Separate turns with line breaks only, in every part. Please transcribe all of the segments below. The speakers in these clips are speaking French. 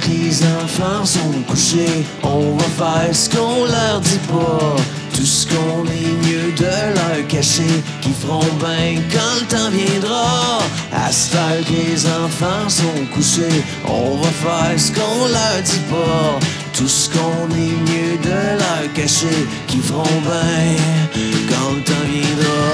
que les enfants sont couchés, on va faire ce qu'on leur dit pas. Tout ce qu'on est mieux de leur cacher, qui feront bien quand le temps viendra. À cette heure que les enfants sont couchés, on va faire ce qu'on leur dit pas. Tout ce qu'on est mieux de leur cacher, qui feront bien quand le temps viendra.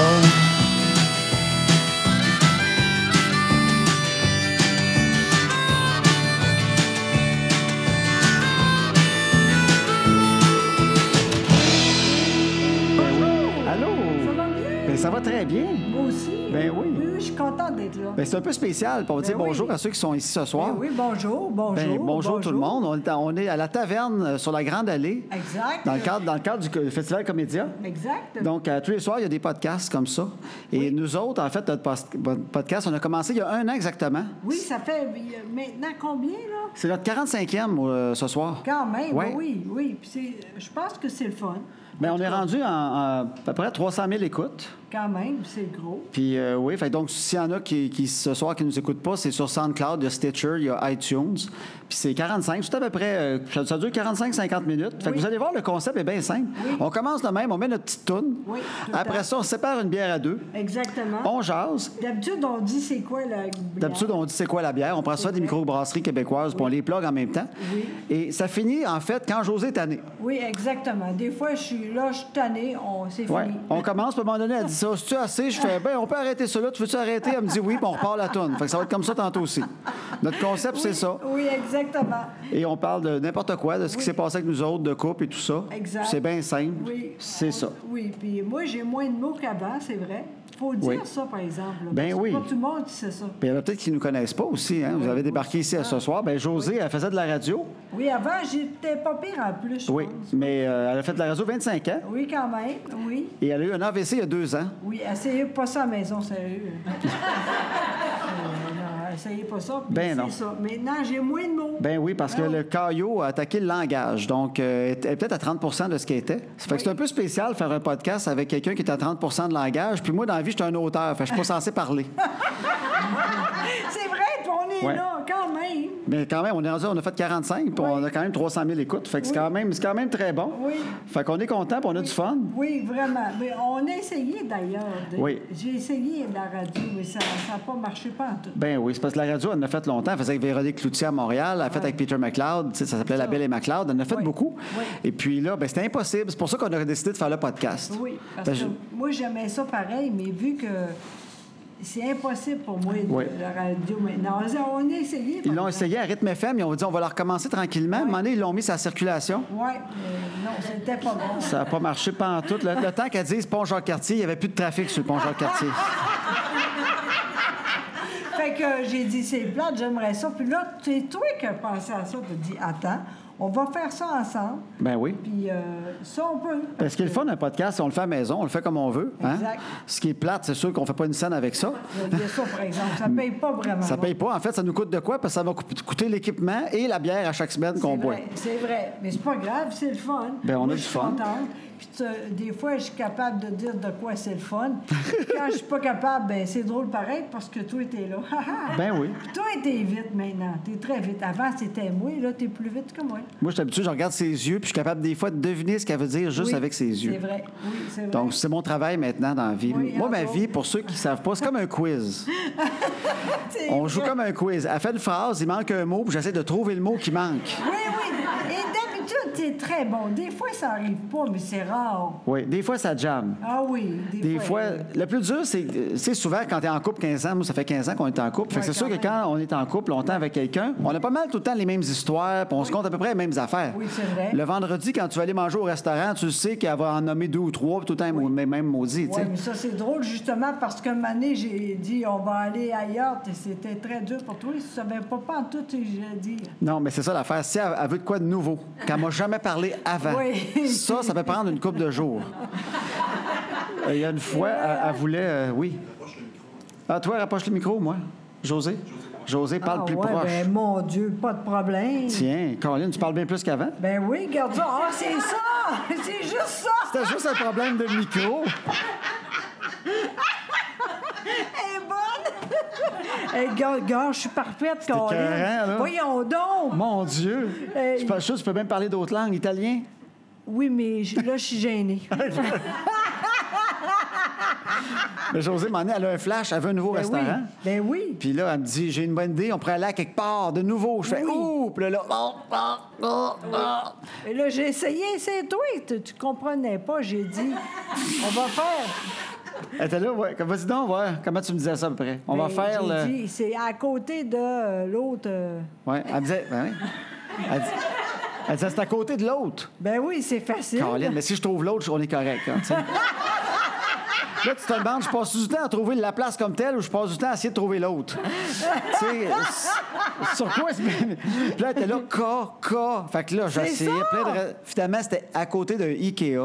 Allô?
Ça va bien?
Ben, ça va très bien.
Moi aussi.
Ben oui.
Oui, oui, je suis contente d'être là.
Ben, c'est un peu spécial pour dire
Ben oui.
bonjour à ceux qui sont ici ce soir.
Ben oui, bonjour, bonjour.
Ben, bonjour, tout le monde. On est, à, on est à la taverne euh, sur la Grande Allée.
Exact.
Dans le cadre, dans le cadre du co- Festival Comédia.
Exact.
Donc, euh, tous les soirs, il y a des podcasts comme ça. Et nous autres, en fait, notre post- podcast, on a commencé il y a un an exactement.
oui, ça fait euh, maintenant combien, là?
C'est notre 45e euh, ce soir.
Quand même,
Ouais.
ben oui, oui. Puis c'est- euh, je pense que c'est le fun.
Ben, on est rendu en- en, à peu près 300 000 écoutes.
Quand même, c'est gros.
Puis euh, oui, fait donc s'il y en a qui, qui, ce soir qui nous écoutent pas, c'est sur SoundCloud, il y a Stitcher, il y a iTunes. Puis c'est 45, c'est à peu près, euh, ça, ça dure 45-50 minutes. Fait que
Oui.
vous allez voir, le concept est bien simple.
Oui.
On commence de même, on met notre petite toune.
Oui, tout Ah. le
Après
temps.
ça, on sépare une bière à deux.
Exactement.
On jase.
D'habitude, on dit c'est quoi, la bière?
D'habitude, on dit c'est quoi la bière. On prend ça des
vrai.
microbrasseries québécoises, puis on les plug en même temps.
Oui.
Et ça finit, en fait, quand José est tanné.
Oui, exactement. Des fois, je suis là, je suis tannée, on... c'est
Ouais.
fini.
On commence, puis à un moment donné, elle dit ça. Si tu assez, je fais, ben, on peut arrêter ça là. Tu veux-tu arrêter? Elle me dit oui, puis on repart la toune. Fait que ça va être comme ça tantôt aussi. Notre concept, c'est
Oui,
ça.
Oui, exactement.
Et on parle de n'importe quoi, de ce qui
Oui.
s'est passé avec nous autres, de couple et tout ça.
Exact.
C'est bien simple.
Oui.
C'est
On-
ça.
Oui, puis moi, j'ai moins de mots qu'avant, c'est vrai. Faut dire
Oui.
ça, par exemple. là,
Ben
parce que
oui.
Pas tout le monde qui sait ça.
Puis il y en a peut-être qui ne nous connaissent pas aussi. hein. Vous avez débarqué ici à ce soir. Ben, José, elle faisait de la radio.
Oui, avant, j'étais pas pire en plus, je
Oui.
pense.
Mais euh, elle a fait de la radio 25 ans.
Oui, quand même, oui.
Et elle a eu un AVC il y a deux ans.
Oui, essayez pas ça à la maison, sérieux. Euh, non, essayez pas ça, puis
Ben
c'est
non.
ça. Maintenant, j'ai moins de mots.
Ben oui, parce que
Ah
le caillot a attaqué le langage. Donc, euh, elle est peut-être à 30 de ce qu'elle était. Ça fait que c'est un peu spécial faire un podcast avec quelqu'un qui est à 30 de langage. Puis moi, dans la vie, je suis un auteur. Fait que je suis pas censé parler.
C'est vrai, puis on est
Ouais.
là, quand même.
Mais quand même, on est rendu, on a fait 45, puis on a quand même 300 000 écoutes. Fait que c'est quand même, c'est quand même très bon.
Oui.
Fait qu'on est content, puis on a du fun.
Oui, vraiment. Mais on a essayé d'ailleurs. de-
Oui.
J'ai essayé la radio, mais ça n'a pas marché pas en tout.
Ben oui, c'est parce que la radio, elle en a fait longtemps. Elle faisait avec Véronique Cloutier à Montréal, elle a fait avec Peter McLeod, tu sais, ça s'appelait La Belle et McLeod, elle en a fait
Oui.
beaucoup.
Oui.
Et puis là, ben, c'était impossible. C'est pour ça qu'on a décidé de faire le podcast.
Oui, parce
Ben,
que
je-
moi, j'aimais ça pareil, mais vu que c'est impossible pour moi, de-
Oui.
la radio maintenant. On on a essayé.
Ils l'ont essayé à rythme FM, ils ont dit on va la recommencer tranquillement. À un moment donné, ils l'ont mis sa circulation.
Oui, mais non, c'était pas bon.
Ça n'a pas marché pendant tout. Le, le temps qu'elle dise pont Jacques-Cartier, il n'y avait plus de trafic sur le pont Jacques-Cartier.
Fait que j'ai dit, c'est plate, j'aimerais ça. Puis là, c'est toi qui as pensé à ça. Tu as dit, attends, on va faire ça ensemble.
Ben oui.
Puis euh, ça, on peut.
Parce qu'il est le fun, un podcast, on le fait à la maison, on le fait comme on veut. hein?
Exact.
Ce qui est plate, c'est sûr qu'on fait pas une scène avec ça.
Il y a ça, par exemple. Ça paye pas vraiment.
Ça paye pas. En fait, ça nous coûte de quoi? Parce que ça va cou- coûter l'équipement et la bière à chaque semaine qu'on
C'est
boit.
vrai, c'est vrai. Mais c'est pas grave, c'est le fun.
Ben, on a
Moi,
du
je suis
fun.
contente. Puis tu- des fois, je suis capable de dire de quoi c'est le fun. Quand je suis pas capable, ben c'est drôle pareil parce que toi, t'es là.
Ben oui.
Puis toi, t'es vite maintenant. T'es très vite. Avant, c'était moi. Là, t'es plus vite que moi.
Moi, je suis habitué, je regarde ses yeux, puis je suis capable des fois de deviner ce qu'elle veut dire juste
Oui,
avec ses yeux.
C'est vrai. Oui, c'est vrai.
Donc, c'est mon travail maintenant dans la vie.
Oui,
Moi, ma
entre
vie,
autres.
pour ceux qui ne savent pas, c'est comme un quiz.
C'est
On joue
vrai.
comme un quiz. Elle fait une phrase, il manque un mot, puis j'essaie de trouver le mot qui manque.
Oui, oui. Et d'habitude, t'es très bon. Des fois, ça arrive pas, mais c'est rare.
Oui, des fois, ça jamme.
Ah oui. Des,
Des fois, le plus dur, c'est euh, c'est souvent quand tu es en couple 15 ans. Moi, ça fait 15 ans qu'on est en couple. Fait que
Ouais,
c'est sûr
quand
que quand on est en couple longtemps avec quelqu'un, on a pas mal tout le temps les mêmes histoires, puis on se compte à peu près les mêmes affaires.
Oui, c'est vrai.
Le vendredi, quand tu vas aller manger au restaurant, tu sais qu'elle va en nommer deux ou trois, puis tout le temps, les mêmes maudits. tu
Oui,
sais.
mais ça, c'est drôle, justement, parce que année, j'ai dit, on va aller ailleurs. T- C'était très dur pour toi. Tu savais pas pas en tout, tu sais, j'ai dit.
Non, mais c'est ça l'affaire. Si elle, elle veut de quoi de nouveau, qu'elle m'a jamais parlé avant,
Oui.
ça, ça peut prendre une couple de jours. Euh, Il y a une fois, elle, elle voulait. euh, oui. Ah, toi, rapproche le micro, moi. José. José parle
Ah
plus
ouais,
proche.
Ben, mon Dieu, pas de problème.
Tiens, Colin, tu parles bien plus qu'avant.
Ben oui, regarde ça. Ah, c'est ça! C'est juste ça!
C'était juste un problème de micro.
Elle est bonne! Hey, gars, gars, je suis parfaite, Colin.
écœurant, là.
Voyons donc.
Mon Dieu!
Hey.
Je suis pas sûr, tu peux même parler d'autres langues, italien?
Oui, mais je- là, je suis gênée.
Mais José Mané, elle a un flash, elle veut un nouveau
ben oui.
restaurant.
Ben oui.
Puis là, elle me dit, j'ai une bonne idée, on pourrait aller à quelque part, de nouveau. Je fais,
Oui.
ouh! Puis là, là, oh, oh, oh, oh.
Et là, j'ai essayé, c'est toi. Tu, tu comprenais pas. J'ai dit, on va faire.
Elle était là, ouais. Vas-y donc, ouais. Comment tu me disais ça à peu près? On va
Ben,
faire
j'ai
le.
dit, c'est à côté de euh, l'autre. euh,
Ouais, elle me disait, ben oui. Elle, dis- elle disait, c'est à côté de l'autre.
Ben oui, c'est facile.
Caroline, mais si je trouve l'autre, on est correct. hein, tu sais. Là, tu te demandes, je passe du temps à trouver la place comme telle ou je passe du temps à essayer de trouver l'autre. tu sais, s- sur quoi se- Puis Là, t'es là, K, K. Fait que là, j'ai
C'est
essayé
ça!
plein de. ra- Finalement, c'était à côté de Ikea.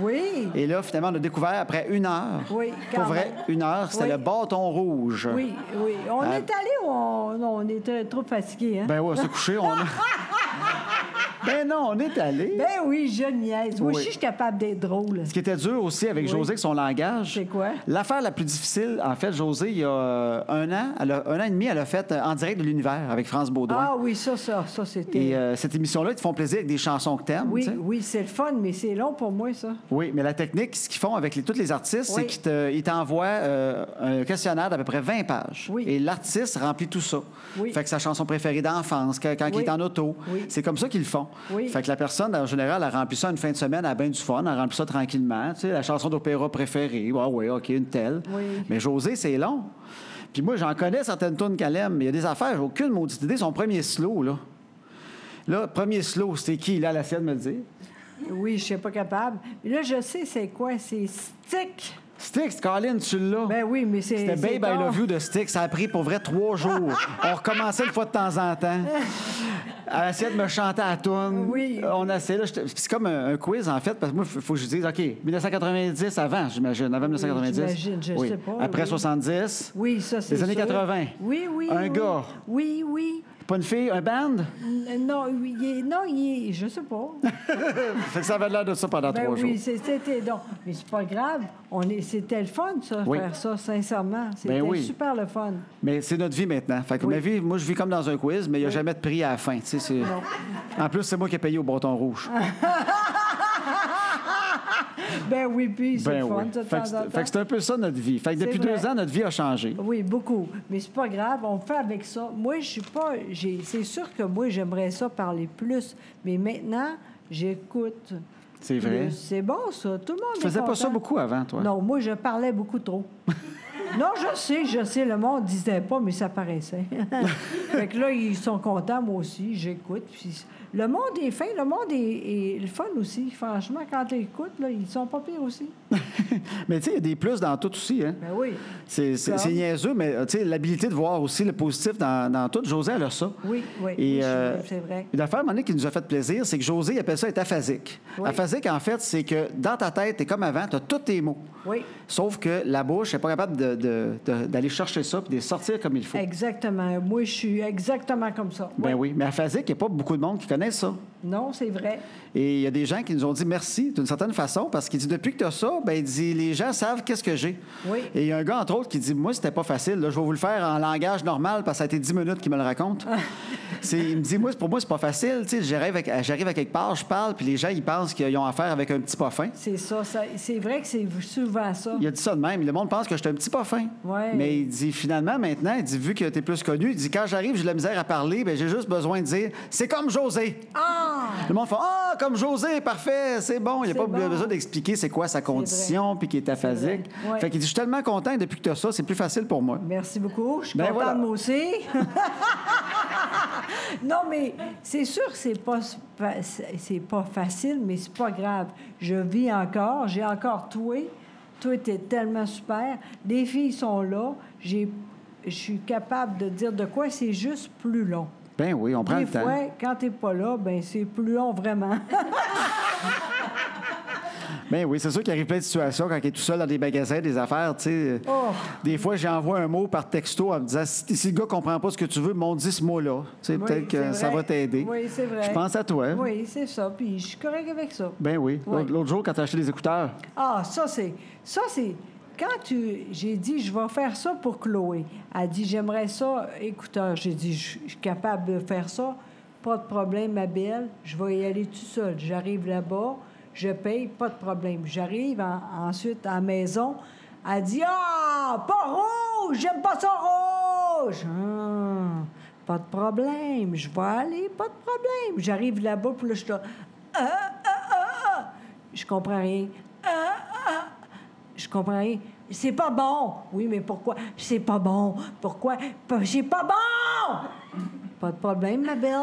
Oui.
Et là, finalement, on a découvert après une heure.
Oui,
Pour
quand
vrai,
même.
une heure, c'était
Oui.
le bâton rouge.
Oui, oui. On
Ah.
est allé ou on, non, on était trop fatigué, hein? Ben,
Ben ouais, on s'est couché, on a. ben non, on est allé.
Ben oui, je niaise. Moi
Oui.
aussi, je suis capable d'être drôle.
Ce qui était dur aussi avec José, avec son langage.
C'est quoi?
L'affaire la plus difficile, en fait, José, il y a euh, un an, elle a- un an et demi, elle a fait euh, en direct de l'univers avec France Baudouin.
Ah oui, ça, ça, ça, c'était.
Et euh, cette émission-là, ils te font plaisir avec des chansons que t'aimes.
oui,
tu sais.
oui, c'est le fun, mais c'est long pour moi, ça.
Oui, mais la technique, ce qu'ils font avec les- tous les artistes, c'est
Oui.
qu'ils te- ils t'envoient euh, un questionnaire d'à peu près 20 pages.
Oui.
Et l'artiste remplit tout ça.
Oui.
Fait que sa chanson préférée d'enfance, que- quand, il
Oui.
est en auto.
Oui.
C'est comme ça qu'ils le font.
Oui.
Fait que la personne, en général, elle remplit ça une fin de semaine, elle a bien du fun, elle remplit ça tranquillement. Tu sais, la chanson d'opéra préférée, ah oui, OK, une telle.
Oui.
Mais José, c'est long. Puis moi, j'en connais certaines tunes qu'elle aime, mais il y a des affaires, j'ai aucune maudite idée. Son premier slow, là. Là, premier slow, c'était qui? Là, la sienne me le dit.
Oui, je suis pas capable. Mais là, je sais c'est quoi, c'est stick.
Sticks, Colin, tu l'as.
Ben oui, mais c'est.
C'était
c'est
Babe I
con.
Love You de Styx. Ça a pris pour vrai trois jours. On recommençait une fois de temps en temps. Elle essayait de me chanter à la toune.
Oui.
On essayait. là, j'étais- puis C'est comme un, un quiz, en fait, parce que moi, il faut que je dise, OK, 1990 avant, j'imagine, avant 1990.
j'imagine, je sais pas,
Après
oui.
70.
Oui, ça, c'est.
Les années
sûr.
80.
Oui, oui.
Un
oui.
gars.
Oui, oui.
Pas une fille, un band.
N- Non, oui, il est- non, il est- je sais pas.
Fait que ça avait l'air de ça pendant
Ben
trois
oui,
jours.
c'est- c'était donc. Mais c'est pas grave. On est, c'était le fun, ça,
Oui. Ben
faire ça, sincèrement. C'était
oui.
super le fun.
Mais c'est notre vie maintenant. Fait que
Oui.
ma vie, moi, je vis comme dans un quiz, mais il n'y a jamais de prix à la fin. tu sais, c'est- En plus, c'est moi qui ai payé au bâton rouge.
Ah, Ben oui, puis c'est
Ben
le fun,
oui.
ça, de
Fait que
temps en
c'est- fait que
temps.
c'est un peu ça notre vie. Fait que
C'est
depuis
vrai.
deux ans, notre vie a changé.
Oui, beaucoup. Mais c'est pas grave, on fait avec ça. Moi, je suis pas. j'ai- C'est sûr que moi, j'aimerais ça parler plus. Mais maintenant, j'écoute.
C'est vrai.
plus. C'est bon, ça. Tout le monde
Tu
est
faisais pas ça
Mmh. content.
beaucoup avant, toi?
Non, moi, je parlais beaucoup trop. non, je sais, je sais, le monde disait pas, mais ça paraissait. fait que là, ils sont contents, moi aussi, j'écoute. puis Le monde est fin, le monde est, est le fun aussi. Franchement, quand tu écoutes, là, ils sont pas pires aussi.
Mais tu sais, il y a des plus dans tout aussi. Hein?
Ben oui.
C'est c'est-
Comme?
c'est niaiseux, mais euh, tu sais, l'habilité de voir aussi le positif dans, dans tout. José, elle a ça.
Oui, oui,
Et,
oui, je-
euh,
c'est vrai.
Une affaire, à un moment donné, qui nous a fait plaisir, c'est que José, il appelle ça être aphasique.
Oui.
Aphasique, en fait, c'est que dans ta tête, t'es comme avant, t'as tous tes mots.
Oui.
Sauf que la bouche n'est pas capable de- de- de- d'aller chercher ça puis de les sortir comme il faut.
Exactement. Moi, je suis exactement comme ça.
Ben oui, mais aphasique, il n'y a pas beaucoup de monde qui connaît ça.
Non, c'est vrai.
Et il y a des gens qui nous ont dit merci d'une certaine façon parce qu'ils disent depuis que tu as ça, ben, il dit, les gens savent qu'est-ce que j'ai.
Oui.
Et il y a un gars, entre autres, qui dit Moi, c'était pas facile. là. je vais vous le faire en langage normal parce que ça a été 10 minutes qu'il me le raconte.
Ah.
C'est- il me dit Moi, c'est- pour moi, c'est pas facile. Tu sais, J'arrive à, j'arrive à quelque part, je parle, puis les gens, ils pensent qu'ils ont affaire avec un petit pas fin.
C'est ça. ça- c'est vrai que c'est souvent ça.
Il a dit ça de même. Le monde pense que je suis un petit pas fin.
Ouais.
Mais il dit finalement, maintenant, il dit Vu que tu es plus connu, il dit Quand j'arrive, j'ai de la misère à parler, ben, j'ai juste besoin de dire C'est comme José.
Ah!
Le monde fait Ah, comme José, parfait, c'est bon. Il n'y a
C'est
pas
bon.
besoin d'expliquer c'est quoi sa condition puis qu'il est aphasique.
vrai. Ouais.
Fait qu'il dit Je suis tellement content que depuis que tu as ça, c'est plus facile pour moi.
Merci beaucoup. Je suis
Ben
contente,
voilà.
moi aussi. non, mais c'est sûr que c'est pas, fa- c'est pas facile, mais c'est pas grave. Je vis encore. J'ai encore toué. Tout était tellement super. Les filles sont là. J'ai, je suis capable de dire de quoi c'est juste plus long.
Ben oui, on prend
Des
le temps.
fois, quand t'es pas là, ben c'est plus long vraiment.
Ben oui, c'est sûr qu'il arrive plein de situations quand il est tout seul dans des magasins, des affaires, tu sais.
Oh.
Des fois, j'envoie un mot par texto en me disant si, si le gars comprend pas ce que tu veux, m'en dis ce mot-là. Tu sais,
Oui,
peut-être que
c'est
ça
vrai.
va t'aider.
Oui, c'est vrai.
Je pense à toi.
Oui, c'est ça. Puis je suis correcte avec ça.
Ben oui.
Oui.
L'autre- L'autre jour, quand tu as acheté des écouteurs,
Ah, ça, c'est. Ça, c'est. quand tu, j'ai dit, je vais faire ça pour Chloé, elle dit, j'aimerais ça, écouteur. J'ai dit, je je suis capable de faire ça. Pas de problème, ma belle. Je vais y aller tout seul. J'arrive là-bas, je paye, pas de problème. J'arrive en- ensuite à la maison. Elle dit, ah, pas rouge, j'aime pas ça rouge. Hum, pas de problème, je vais aller, pas de problème. J'arrive là-bas, puis là, je suis là, Ah, ah, ah, ah. Je comprends rien. Ah, ah, je comprends rien. C'est pas bon. Oui, mais pourquoi? C'est pas bon. Pourquoi? P- C'est pas bon! Pas de problème, ma belle.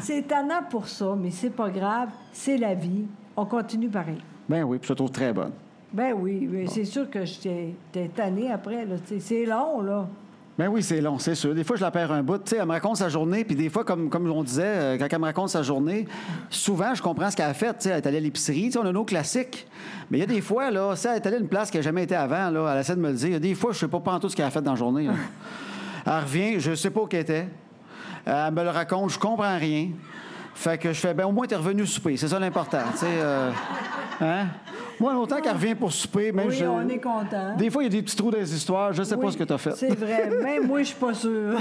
c'est étonnant pour ça, mais c'est pas grave. C'est la vie. On continue pareil.
Ben oui, puis je la trouve très bonne.
Ben oui, mais c'est sûr que j'étais t'es tannée après. là. C'est- C'est long, là.
Ben oui, c'est long, c'est sûr. Des fois, je la perds un bout. Tu sais, elle me raconte sa journée, puis des fois, comme, comme on disait, euh, quand elle me raconte sa journée, souvent, je comprends ce qu'elle a fait. Tu sais, elle est allée à l'épicerie, tu sais, on a nos classiques. Mais il y a des fois, là, si elle est allée à une place qu'elle n'a jamais été avant, là, elle essaie de me le dire. Il y a des fois, je ne sais pas pas en tout ce qu'elle a fait dans la journée. là. elle revient, je ne sais pas où elle était. Euh, Elle me le raconte, je comprends rien. Fait que je fais, ben au moins, t'es revenu souper. C'est ça l'important, tu sais. euh, hein? Moi, longtemps qu'elle revient pour souper, même
Oui,
je-
on est content.
Des fois, il y a des petits trous dans les histoires, je sais pas
Oui,
ce que t'as fait.
C'est vrai. Même moi, je suis pas sûre.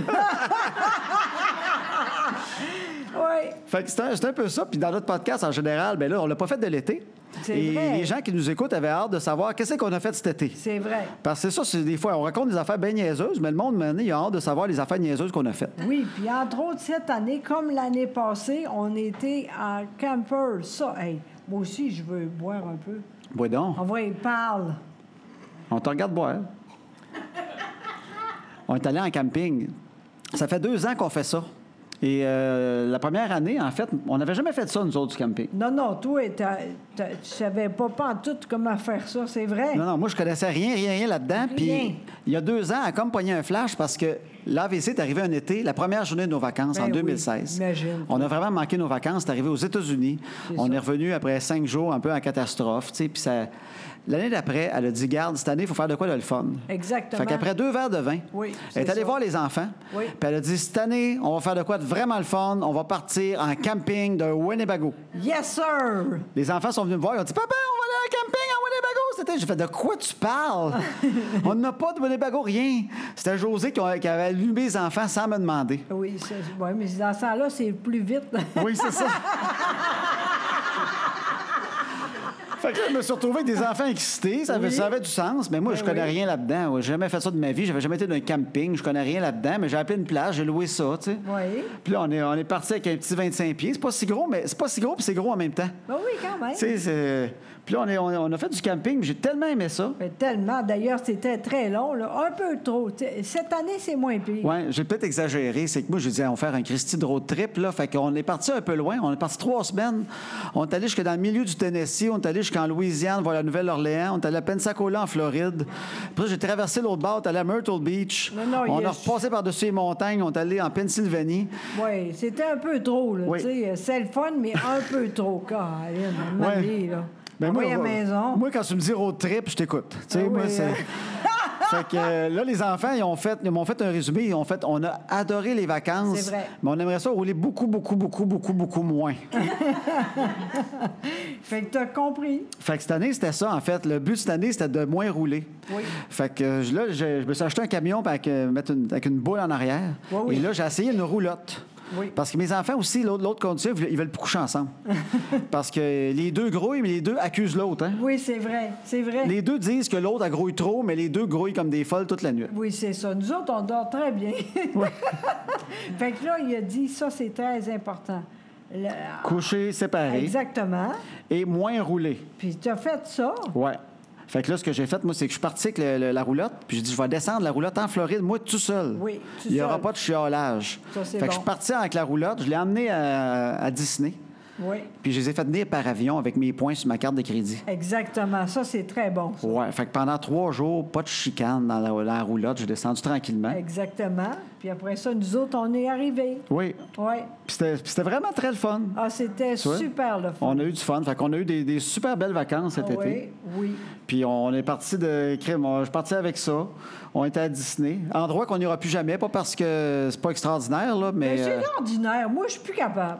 oui.
Fait que c'est un, c'est un peu ça. Puis dans notre podcast, en général, ben là, on l'a pas fait de l'été.
C'est
Et
vrai.
les gens qui nous écoutent avaient hâte de savoir qu'est-ce qu'on a fait cet été.
C'est vrai.
Parce que c'est ça, c'est des fois, on raconte des affaires bien niaiseuses, mais le monde, maintenant, il a hâte de savoir les affaires niaiseuses qu'on a faites.
Oui, puis entre autres, cette année, comme l'année passée, on était en camper. Ça, hey, moi aussi, je veux boire un peu.
Bois donc,
On va y parle.
on te regarde boire. on est allé en camping. Ça fait deux ans qu'on fait ça. Et euh, la première année, en fait, on n'avait jamais fait ça, nous autres, du camping.
Non, non, toi, t'as- t'as- tu savais pas, pas en tout comment faire ça, c'est vrai.
Non, non, moi, je connaissais rien, rien, rien là-dedans.
Rien.
Puis, il y a deux ans, elle a comme pogné un flash parce que l'AVC est arrivé un été, la première journée de nos vacances,
Ben
en
oui,
2016.
imagine.
On a vraiment manqué nos vacances. C'est arrivé aux États-Unis. On est revenu après cinq jours un peu en catastrophe. tu sais, Puis, ça... l'année d'après, elle a dit Garde, cette année, il faut faire de quoi de le fun.
Exactement.
Fait qu'après deux verres de vin,
Oui,
elle est
c'est
allée
ça.
voir les enfants.
Oui.
Puis, elle a dit Cette année, on va faire de quoi de vraiment le fun. On va partir en camping de Winnebago.
Yes, sir!
Les enfants sont venus me voir, ils ont dit Papa, on va aller en camping à Winnebago cet été. J'ai fait De quoi tu parles On n'a pas de Winnebago, rien. C'était José qui, a- qui avait allumé les enfants sans me demander.
Oui, ça- ouais, mais dans ce là c'est plus vite. Ben
Oui, c'est ça. Fait que là, je me suis retrouvé avec des enfants excités. Ça, avait, ça avait du sens, mais moi, je connais rien là-dedans. Ouais, J'ai jamais fait ça de ma vie. J'avais jamais été dans un camping. Je connais rien là-dedans, mais j'ai appelé une plage, j'ai loué ça, tu sais.
Oui.
Puis là, on est, on est parti avec un petit 25 pieds. C'est pas si gros, mais c'est pas si gros, puis c'est gros en même temps.
Ben oui, quand même.
Tu sais, c'est- Puis là, on, est- on- on a fait du camping, puis j'ai tellement aimé ça.
Mais tellement. D'ailleurs, c'était très long, là. un peu trop. Tu sais, Cette année, c'est moins pire.
Ouais, j'ai peut-être exagéré. C'est que moi, je disais, on va faire un Christy de road trip, là. Fait qu'on est parti un peu loin. On est parti trois semaines. On est allé jusque dans le milieu du Tennessee. On est allé jusqu'en Louisiane, voir la Nouvelle-Orléans. On est allé à Pensacola, en Floride. Après, j'ai traversé l'autre bord. On est allé à Myrtle Beach.
Non, non, il
on
y a-
a repassé par-dessus les montagnes. On est allé en Pennsylvanie.
Oui, c'était un peu trop. là,
Oui.
tu sais. C'est le fun, mais un peu trop. Caroline, à un moment
Ouais.
donné, là.
Ben,
On
moi,
va à la
moi-
maison.
Moi, quand tu me dis road trip, je t'écoute. Tu sais,
Ah
moi,
oui,
c'est.
hein?
fait que euh, là, les enfants, ils ont fait, ils m'ont fait un résumé. Ils ont fait, on a adoré les vacances.
C'est vrai.
Mais on aimerait ça rouler beaucoup, beaucoup, beaucoup, beaucoup, beaucoup moins.
Fait que t'as compris.
fait que cette année, c'était ça, en fait. Le but de cette année, c'était de moins rouler.
Oui.
Fait que euh, là, je, je me suis acheté un camion avec, euh, mettre une, avec une boule en arrière.
Oui, oui.
Et là, j'ai essayé une roulotte.
Oui.
hein.
Oui, c'est vrai. C'est vrai.
Les deux disent que l'autre elle grouille trop, mais les deux grouillent comme des folles toute la nuit.
Oui, c'est ça. Nous autres, on dort très bien. fait que là, il a dit ça, c'est très important. Le-
Coucher séparés
Exactement.
et moins rouler.
Puis tu as fait ça.
Ouais. Fait que là, ce que j'ai fait, moi, c'est que je suis parti avec le- le- la roulotte, puis j'ai dit, je vais descendre la roulotte en Floride, moi, tout seul.
Oui, tout
Il n'y aura
seul.
pas de chiolage.
Ça, c'est
fait que je
bon.
suis parti avec la roulotte, je l'ai emmenée à, à Disney,
Oui.
puis je les ai fait venir par avion avec mes points sur ma carte de crédit.
Exactement. Ça, c'est très bon. ça.
Ouais. Fait que pendant trois jours, pas de chicane dans la, la roulotte, j'ai descendu tranquillement.
Exactement. Puis après ça, nous autres, on est arrivés.
Oui.
Oui.
Puis c'était puis c'était vraiment très le fun.
Ah, c'était
Tu vois?
super le fun.
On a eu du fun. Fait qu'on a eu des, des super belles vacances cet
Ah
été.
oui, oui.
Puis on est parti de crime. on- Je suis parti avec ça. On était à Disney. Endroit qu'on n'ira plus jamais, pas parce que c'est pas extraordinaire, là, mais.
Mais Ben, c'est
euh,
ordinaire. Moi, je suis plus capable.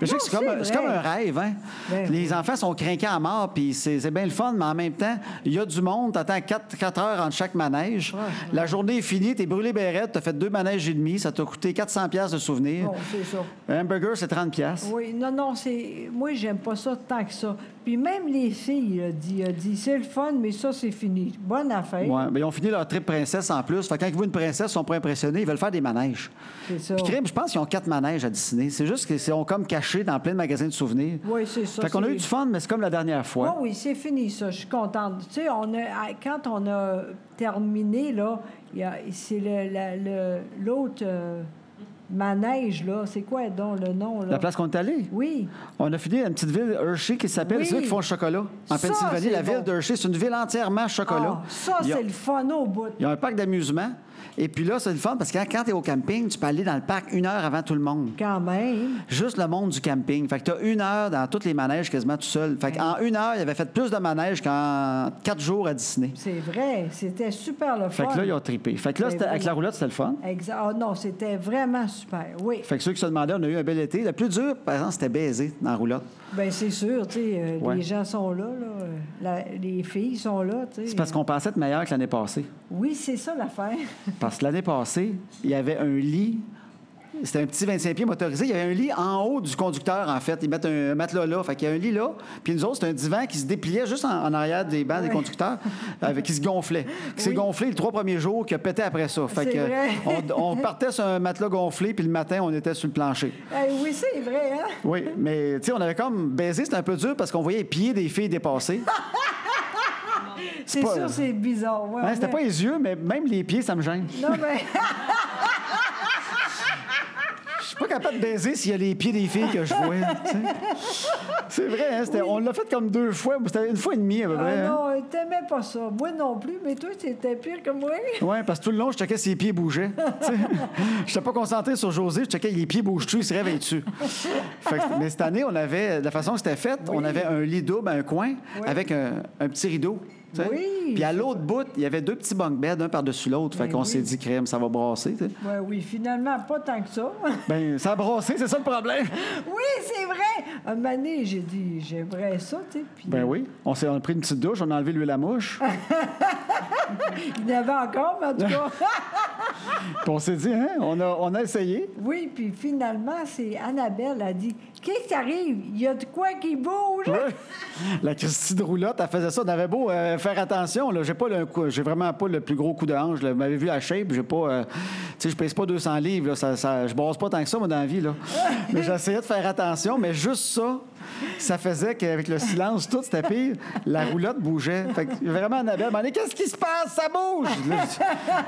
Mais je sais
Non,
que c'est comme,
c'est
c'est comme
vrai.
un rêve, hein?
Ben
Les enfants sont crinqués à mort, puis c'est c'est bien le fun, mais en même temps, il y a du monde, t'attends 4, heures entre chaque manège. La journée est finie, t'es brûlé bérette, t'as fait deux manèges et demi, ça t'a coûté 400 pièces de souvenirs.
Bon, c'est ça.
Un hamburger, c'est 30 pièces.
Oui, non, non, c'est. Moi, j'aime pas ça tant que ça. Puis même les filles, il a dit, il a dit, c'est le fun, mais ça, c'est fini. Bonne affaire.
Ouais, ben, ils ont fini leur trip princesse en plus. Fait que quand ils voient une princesse, ils sont pas impressionnés, ils veulent faire des manèges.
C'est ça.
Puis crime, je pense qu'ils ont quatre manèges à dessiner. C'est juste qu'ils sont comme cachés dans plein de magasins de souvenirs.
Oui, c'est ça.
Fait qu'on a
c'est-
eu du fun, mais c'est comme la dernière
Oui,
fois.
oui, c'est fini, ça. Je suis contente. Tu sais, on a, à- quand on a terminé, là, il y a- c'est le- la- le- l'autre euh, manège, là. C'est quoi, donc, le nom, là?
La place qu'on est allé.
Oui.
On a fini dans une petite ville Hershey qui s'appelle,
Oui.
c'est eux qui font le chocolat. En
Ça,
Pennsylvanie,
c'est
la ville
bon.
d'Hershey, c'est une ville entièrement chocolat.
Ah, ça,
Il y a-
c'est le fun au bout.
Il y a un parc d'amusement. Et puis là, c'est le fun parce que quand tu es au camping, tu peux aller dans le parc une heure avant tout le monde.
Quand même.
Juste le monde du camping. Fait que t'as une heure dans tous les manèges quasiment tout seul. Fait qu'en une heure, il avait fait plus de manèges qu'en quatre jours à Disney.
C'est vrai. C'était super le
Fait
fun.
que là, ils ont tripé. Fait que là,
Ben
c'était- avec
oui.
la roulotte, c'était le fun.
Exa- Ah non, c'était vraiment super. Oui.
Fait que ceux qui se demandaient, on a eu un bel été. Le plus dur, par exemple, c'était baiser dans la roulotte.
Bien, Ben, c'est sûr, tu sais, euh,
Ouais.
les gens sont là, là. euh, la- les filles sont là, tu sais.
C'est parce qu'on pensait être meilleur que l'année passée.
Oui, c'est ça l'affaire.
Parce que l'année passée, il y avait un lit. C'était un petit 25 pieds motorisé. Il y avait un lit en haut du conducteur, en fait. Ils mettent un matelas là. Fait qu'il y a un lit là. Puis nous autres, c'était un divan qui se dépliait juste en, en arrière des bancs des
Ouais.
conducteurs, avec, qui se gonflait. Qui s'est
Oui.
gonflé les trois premiers jours, qui a pété après ça. Fait
C'est
que
vrai.
on, on partait sur un matelas gonflé, puis le matin, on était sur le plancher.
Eh oui, c'est vrai, hein?
Oui, mais tu sais, on avait comme baisé, c'était un peu dur parce qu'on voyait les pieds des filles dépasser.
C'est
pas-
sûr, c'est bizarre. ouais,
Hein,
on
c'était
est-
pas les yeux, mais même les pieds, ça me gêne.
Non, mais
Je suis pas capable de baiser s'il y a les pieds des filles que je vois. tu sais. C'est vrai, hein, c'était- on l'a fait comme deux fois, mais c'était une fois et demie à peu près.
ah
hein.
non, t'aimais pas ça. Moi non plus, mais toi, t'étais pire que moi.
Ouais, parce que tout le long, je checkais si les pieds bougeaient. tu sais. J'étais pas concentré sur José, je checkais les pieds bougent-tu, ils se réveillent-tu. Fait que- mais cette année, on avait, de la façon que c'était fait, on avait un lit double à un coin avec un, un petit rideau. tu sais.
Oui,
Puis à l'autre bout, il y avait deux petits bunk beds, un par-dessus l'autre. Fait
Ben
qu'on
oui.
s'est dit, crème, ça va brasser. tu sais.
Ouais, oui, finalement, pas tant que ça.
Ben, ça a brassé, c'est ça le problème.
oui, c'est vrai. Un moment donné, j'ai dit, j'aimerais ça, tu sais. Puis
Ben oui, on s'est on a pris une petite douche, on a enlevé l'huile à mouche.
il y en avait encore, mais en tout cas.
Puis on s'est dit, hein, on a, on a essayé.
oui, puis finalement, c'est Annabelle a dit, qu'est-ce qui arrive? Il y a de quoi qui bouge?
La Christie de roulotte, elle faisait ça. On avait beau euh, faire attention. là, J'ai pas le coup- j'ai vraiment pas le plus gros coup de hanche. là. Vous m'avez vu à shape, j'ai pas. euh, tu sais, je pèse pas 200 livres. là, ça, ça- je brosse pas tant que ça, moi, dans la vie. Là. mais j'essayais de faire attention, mais juste ça, ça faisait qu'avec le silence, tout, c'était pire. La roulotte bougeait. Fait que vraiment, Annabelle m'a dit Qu'est-ce qui se passe Ça bouge Là,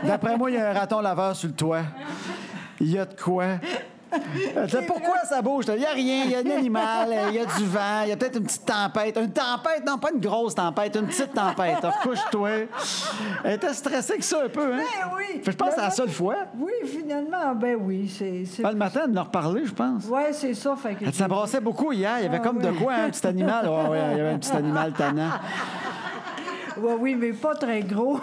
je- D'après moi, il y a un raton laveur sur le toit. Il y a de quoi. Elle disait, pourquoi Euh, ça bouge? Il n'y a rien, il y a un animal, euh, il y a du vent, il y a peut-être une petite tempête. Une tempête, non, pas une grosse tempête, une petite tempête. Alors, Couche-toi. Elle était stressée que ça un peu, hein?
Ben oui.
Fait que je pense que c'est la
Ben
seule fois.
Oui, finalement, ben oui, c'est... c'est-
Pas le matin, elle en a reparlé, je pense.
Ouais, c'est ça, fait que...
Elle dit, ça brassait beaucoup hier. Il y avait
Ah,
comme de
oui.
quoi, hein, un petit animal. Ouais, ouais, il y avait un petit animal tannant.
Ouais, oui, mais pas très gros.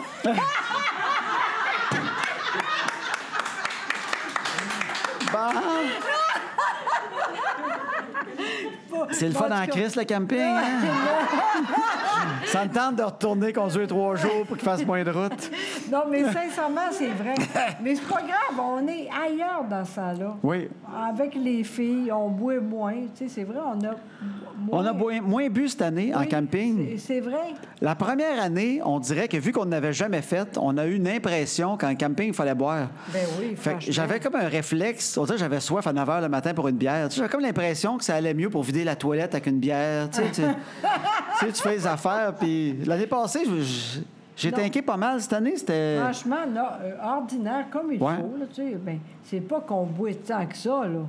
Bon. C'est le
Bon,
fun
en
en
tout cas-
crise, le camping. Hein? Ça me tente de retourner conduire trois jours pour qu'il fasse moins de route.
Non, mais sincèrement, c'est vrai. Mais c'est pas grave, on est ailleurs dans ça, là.
Oui.
Avec les filles, on boit moins. Tu sais, c'est vrai, on a moins.
On a boi- moins bu cette année en
Oui,
camping. Euh.
c'est- C'est vrai.
La première année, on dirait que vu qu'on n'avait jamais fait, on a eu une impression qu'en camping, il fallait boire.
Ben oui,
Fait que
franchement.
j'avais comme un réflexe. On dirait que j'avais soif à 9 h le matin pour une bière. Tu sais, J'avais comme l'impression que ça allait mieux pour vider la toilette avec une bière. Tu sais, tu, tu sais, tu fais les affaires. Puis l'année passée, je- je- j'ai
Non.
tanké pas mal cette année. C'était.
Franchement, là, euh, ordinaire comme il
Ouais.
faut, là, tu sais, ben, c'est pas qu'on boit tant que ça, là.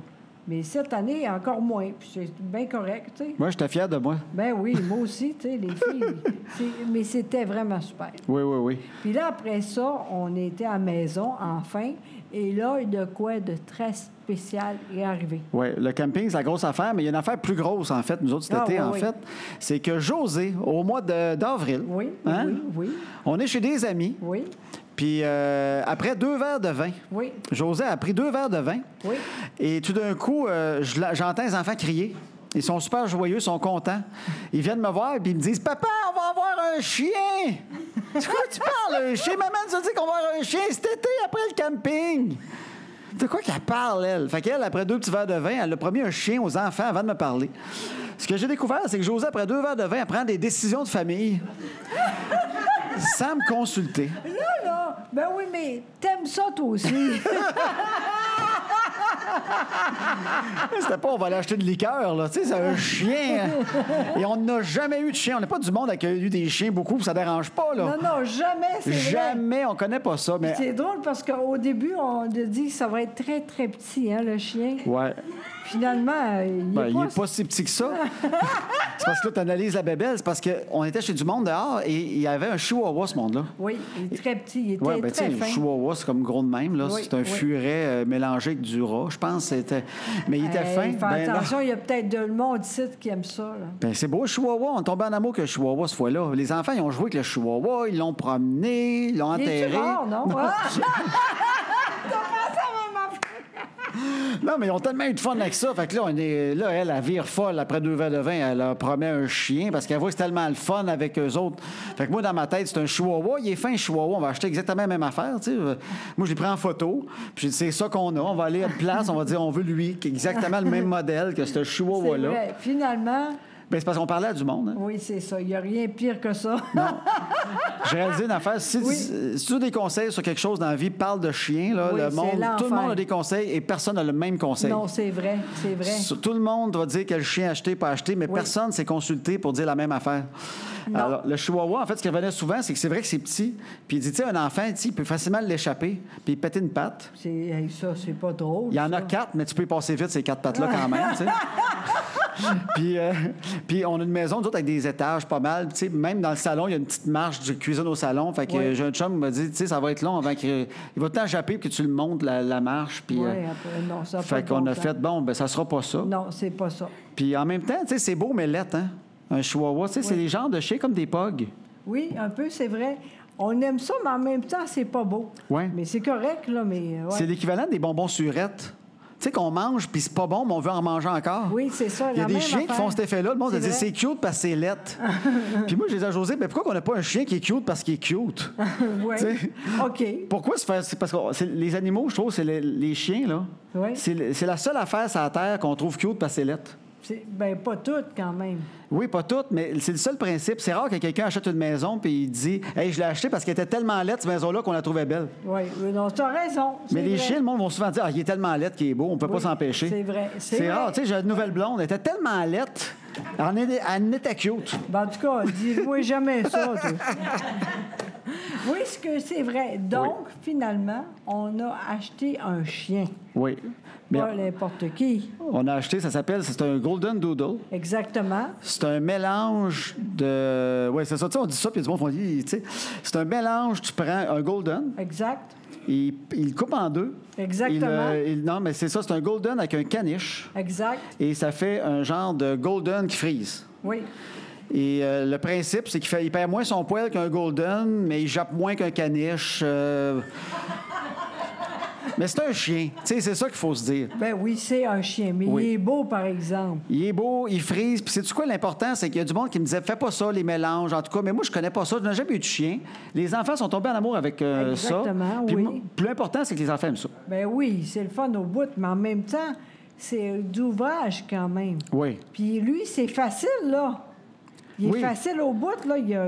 Mais cette année, encore moins. Puis c'est bien correct, tu sais.
Moi, j'étais fier de moi.
Ben oui, moi aussi, tu sais, les filles. C'est- Mais c'était vraiment super.
Oui, oui, oui.
Puis là, après ça, on était à la maison, enfin. Et là, de quoi de très spécial est arrivé.
Oui, le camping, c'est la grosse affaire, mais il y a une affaire plus grosse, en fait, nous autres, cet
Ah,
été,
oui,
en
oui.
fait. C'est que José, au mois de- d'avril,
Oui,
hein,
oui, oui,
on est chez des amis.
oui.
Puis euh, après deux verres de vin,
Oui.
José a pris deux verres de vin.
Oui.
Et tout d'un coup, euh, je la- j'entends les enfants crier. Ils sont super joyeux, ils sont contents. Ils viennent me voir et ils me disent Papa, on va avoir un chien De quoi tu parles, un chien Maman nous a dit qu'on va avoir un chien cet été après le camping. De quoi qu'elle parle, elle? Fait qu'elle, après deux petits verres de vin, elle a promis un chien aux enfants avant de me parler. Ce que j'ai découvert, c'est que José, après deux verres de vin, elle prend des décisions de famille sans me consulter.
Là, là, ben oui, mais t'aimes ça, toi aussi.
C'était pas on va aller acheter de liqueur, là. Tu sais, c'est un chien. Et on n'a jamais eu de chien. On n'est pas du monde qui a eu des chiens beaucoup, puis ça dérange pas, là.
non, non, jamais, c'est vrai.
jamais, on connaît pas ça, mais.
C'est drôle parce qu'au début, on a dit que ça va être très, très petit, hein, le chien.
Ouais.
Finalement, euh, il
Ben,
est
il
pas...
est pas si petit que ça. c'est parce que là, t'analyses la bébelle. C'est parce qu'on était chez du monde dehors et il y avait un chihuahua, ce monde-là.
Oui, il est très petit, il était
Ouais, ben, tu sais,
très
le
fin.
chihuahua, c'est comme gros de même, là.
Oui,
c'est un
oui.
furet euh, mélangé avec du rat, je pense. C'était... Mais il était
Hey,
fin.
Euh,
Ben,
fais
là-
attention, il y a peut-être de le monde ici qui aime ça. là.
Ben, c'est beau, Chihuahua. On est tombé en amour que Chihuahua, cette fois-là. Les enfants, ils ont joué avec le Chihuahua, ils l'ont promené, ils l'ont
Il est
enterré.
rare, non? Ah!
Non, mais ils ont tellement eu de fun avec ça. Fait que là, on est, là elle, elle vire folle après deux verres de vin. Elle leur promet un chien parce qu'elle voit que c'est tellement le fun avec eux autres. Fait que moi, dans ma tête, c'est un Chihuahua. Il est fin, Chihuahua. On va acheter exactement la même affaire. tu sais. Moi, je les prends en photo. Puis j'ai dit, c'est ça qu'on a. On va aller à une place. On va dire, on veut lui, qui est exactement le même modèle que ce
C'est
Chihuahua-là.
vrai. Finalement,
Ben, c'est parce qu'on parlait à du monde. hein.
oui, c'est ça. Il n'y a rien pire que ça.
J'ai réalisé une affaire. Si, si tu as des conseils sur quelque chose dans la vie, parle de chien. Là,
Oui,
le
c'est
monde, tout le
l'enfer.
monde a des conseils et personne n'a le même conseil.
non, c'est vrai, c'est vrai.
Sur- Tout le monde va dire quel chien acheter, pas acheter, mais
Oui.
personne s'est consulté pour dire la même affaire. Alors, le chihuahua, en fait, ce qui revenait souvent, c'est que c'est vrai que c'est petit. Puis il dit, tu sais, un enfant, tu sais, il peut facilement l'échapper, puis il péter une patte.
C'est, hey, ça, c'est pas drôle.
Il y en
ça.
a quatre, mais tu peux y passer vite ces quatre pattes-là quand même, tu sais. puis, euh, puis on a une maison, nous autres, avec des étages pas mal. Tu sais, même dans le salon, il y a une petite marche de cuisine au salon. Fait que
Ouais.
euh, j'ai un chum qui m'a dit, tu sais, ça va être long avant qu'il il va t'échapper puis que tu le montes, la, la marche. Puis,
Ouais,
euh,
après, non, ça a pas
fait
de
qu'on
bon
a
sens.
fait, bon, ben ça sera pas ça.
Non, c'est pas ça.
Puis en même temps, tu sais, c'est beau, mais laid, hein? Un chihuahua, tu sais, c'est des genres de chiens comme des pogs.
Oui, un peu, c'est vrai. On aime ça, mais en même temps, c'est pas beau.
Ouais.
Mais c'est correct, là, mais... euh, ouais.
C'est l'équivalent des bonbons surettes. Tu sais, qu'on mange, puis c'est pas bon, mais on veut en manger encore.
Oui, c'est ça,
Il y a
la
des
même
chiens qui
affaire.
font cet effet-là. Le monde a
C'est
dit
vrai.
c'est cute parce que c'est laid. puis moi, je les ai José, mais pourquoi qu'on n'a pas un chien qui est cute parce qu'il est cute?
Ouais.
Tu sais.
OK.
Pourquoi se faire. c'est Parce que c'est- les animaux, je trouve, c'est les, les chiens, là.
Oui.
C'est le- c'est la seule affaire sur la Terre qu'on trouve cute parce que c'est laid.
C'est- Ben, pas toutes, quand même.
Oui, pas toutes, mais c'est le seul principe. C'est rare que quelqu'un achète une maison puis il dit Hey, je l'ai achetée parce qu'elle était tellement laide, cette maison-là, qu'on la trouvait belle.
Oui, euh, non, tu as raison. c'est
Mais les
vrai.
chiens, le monde vont souvent dire Ah, il est tellement laid qu'il est beau, on peut pas
Oui,
s'empêcher.
c'est vrai, c'est
C'est
vrai.
rare, tu sais, j'ai une nouvelle blonde, elle était tellement laide, elle en est- elle en était cute.
Ben, en tout cas, dis-moi jamais ça. toi. oui, ce que c'est vrai. Donc, finalement, on a acheté un chien.
Oui. Mais
Pas n'importe qui.
on a acheté, ça s'appelle, c'est un Golden Doodle.
Exactement.
C'est un mélange de. Oui, c'est ça, tu sais, on dit ça, puis du monde font. Hi, tu sais. C'est un mélange, tu prends un Golden,
Exact.
il, il le coupe en deux.
Exactement.
Il, euh, il- non, mais c'est ça, c'est un Golden avec un caniche,
Exact.
et ça fait un genre de Golden qui frise.
Oui.
Et euh, le principe, c'est qu'il fait- il perd moins son poil qu'un golden, mais il jappe moins qu'un caniche. euh. mais c'est un chien. Tu sais, c'est ça qu'il faut se dire.
Ben oui, c'est un chien. Mais
Oui.
il est beau, par exemple.
Il est beau, il frise. Puis c'est quoi l'important? C'est qu'il y a du monde qui me disait, fais pas ça, les mélanges, en tout cas. Mais moi, je connais pas ça. Je n'ai jamais eu de chien. Les enfants sont tombés en amour avec euh, ça.
Exactement,
Puis
oui.
moi, Plus important, c'est que les enfants aiment ça.
Ben oui, c'est le fun au bout, mais en même temps, c'est d'ouvrage quand même.
Oui.
Puis lui, c'est facile, là. Il est
Oui.
facile au bout, là. Il, a-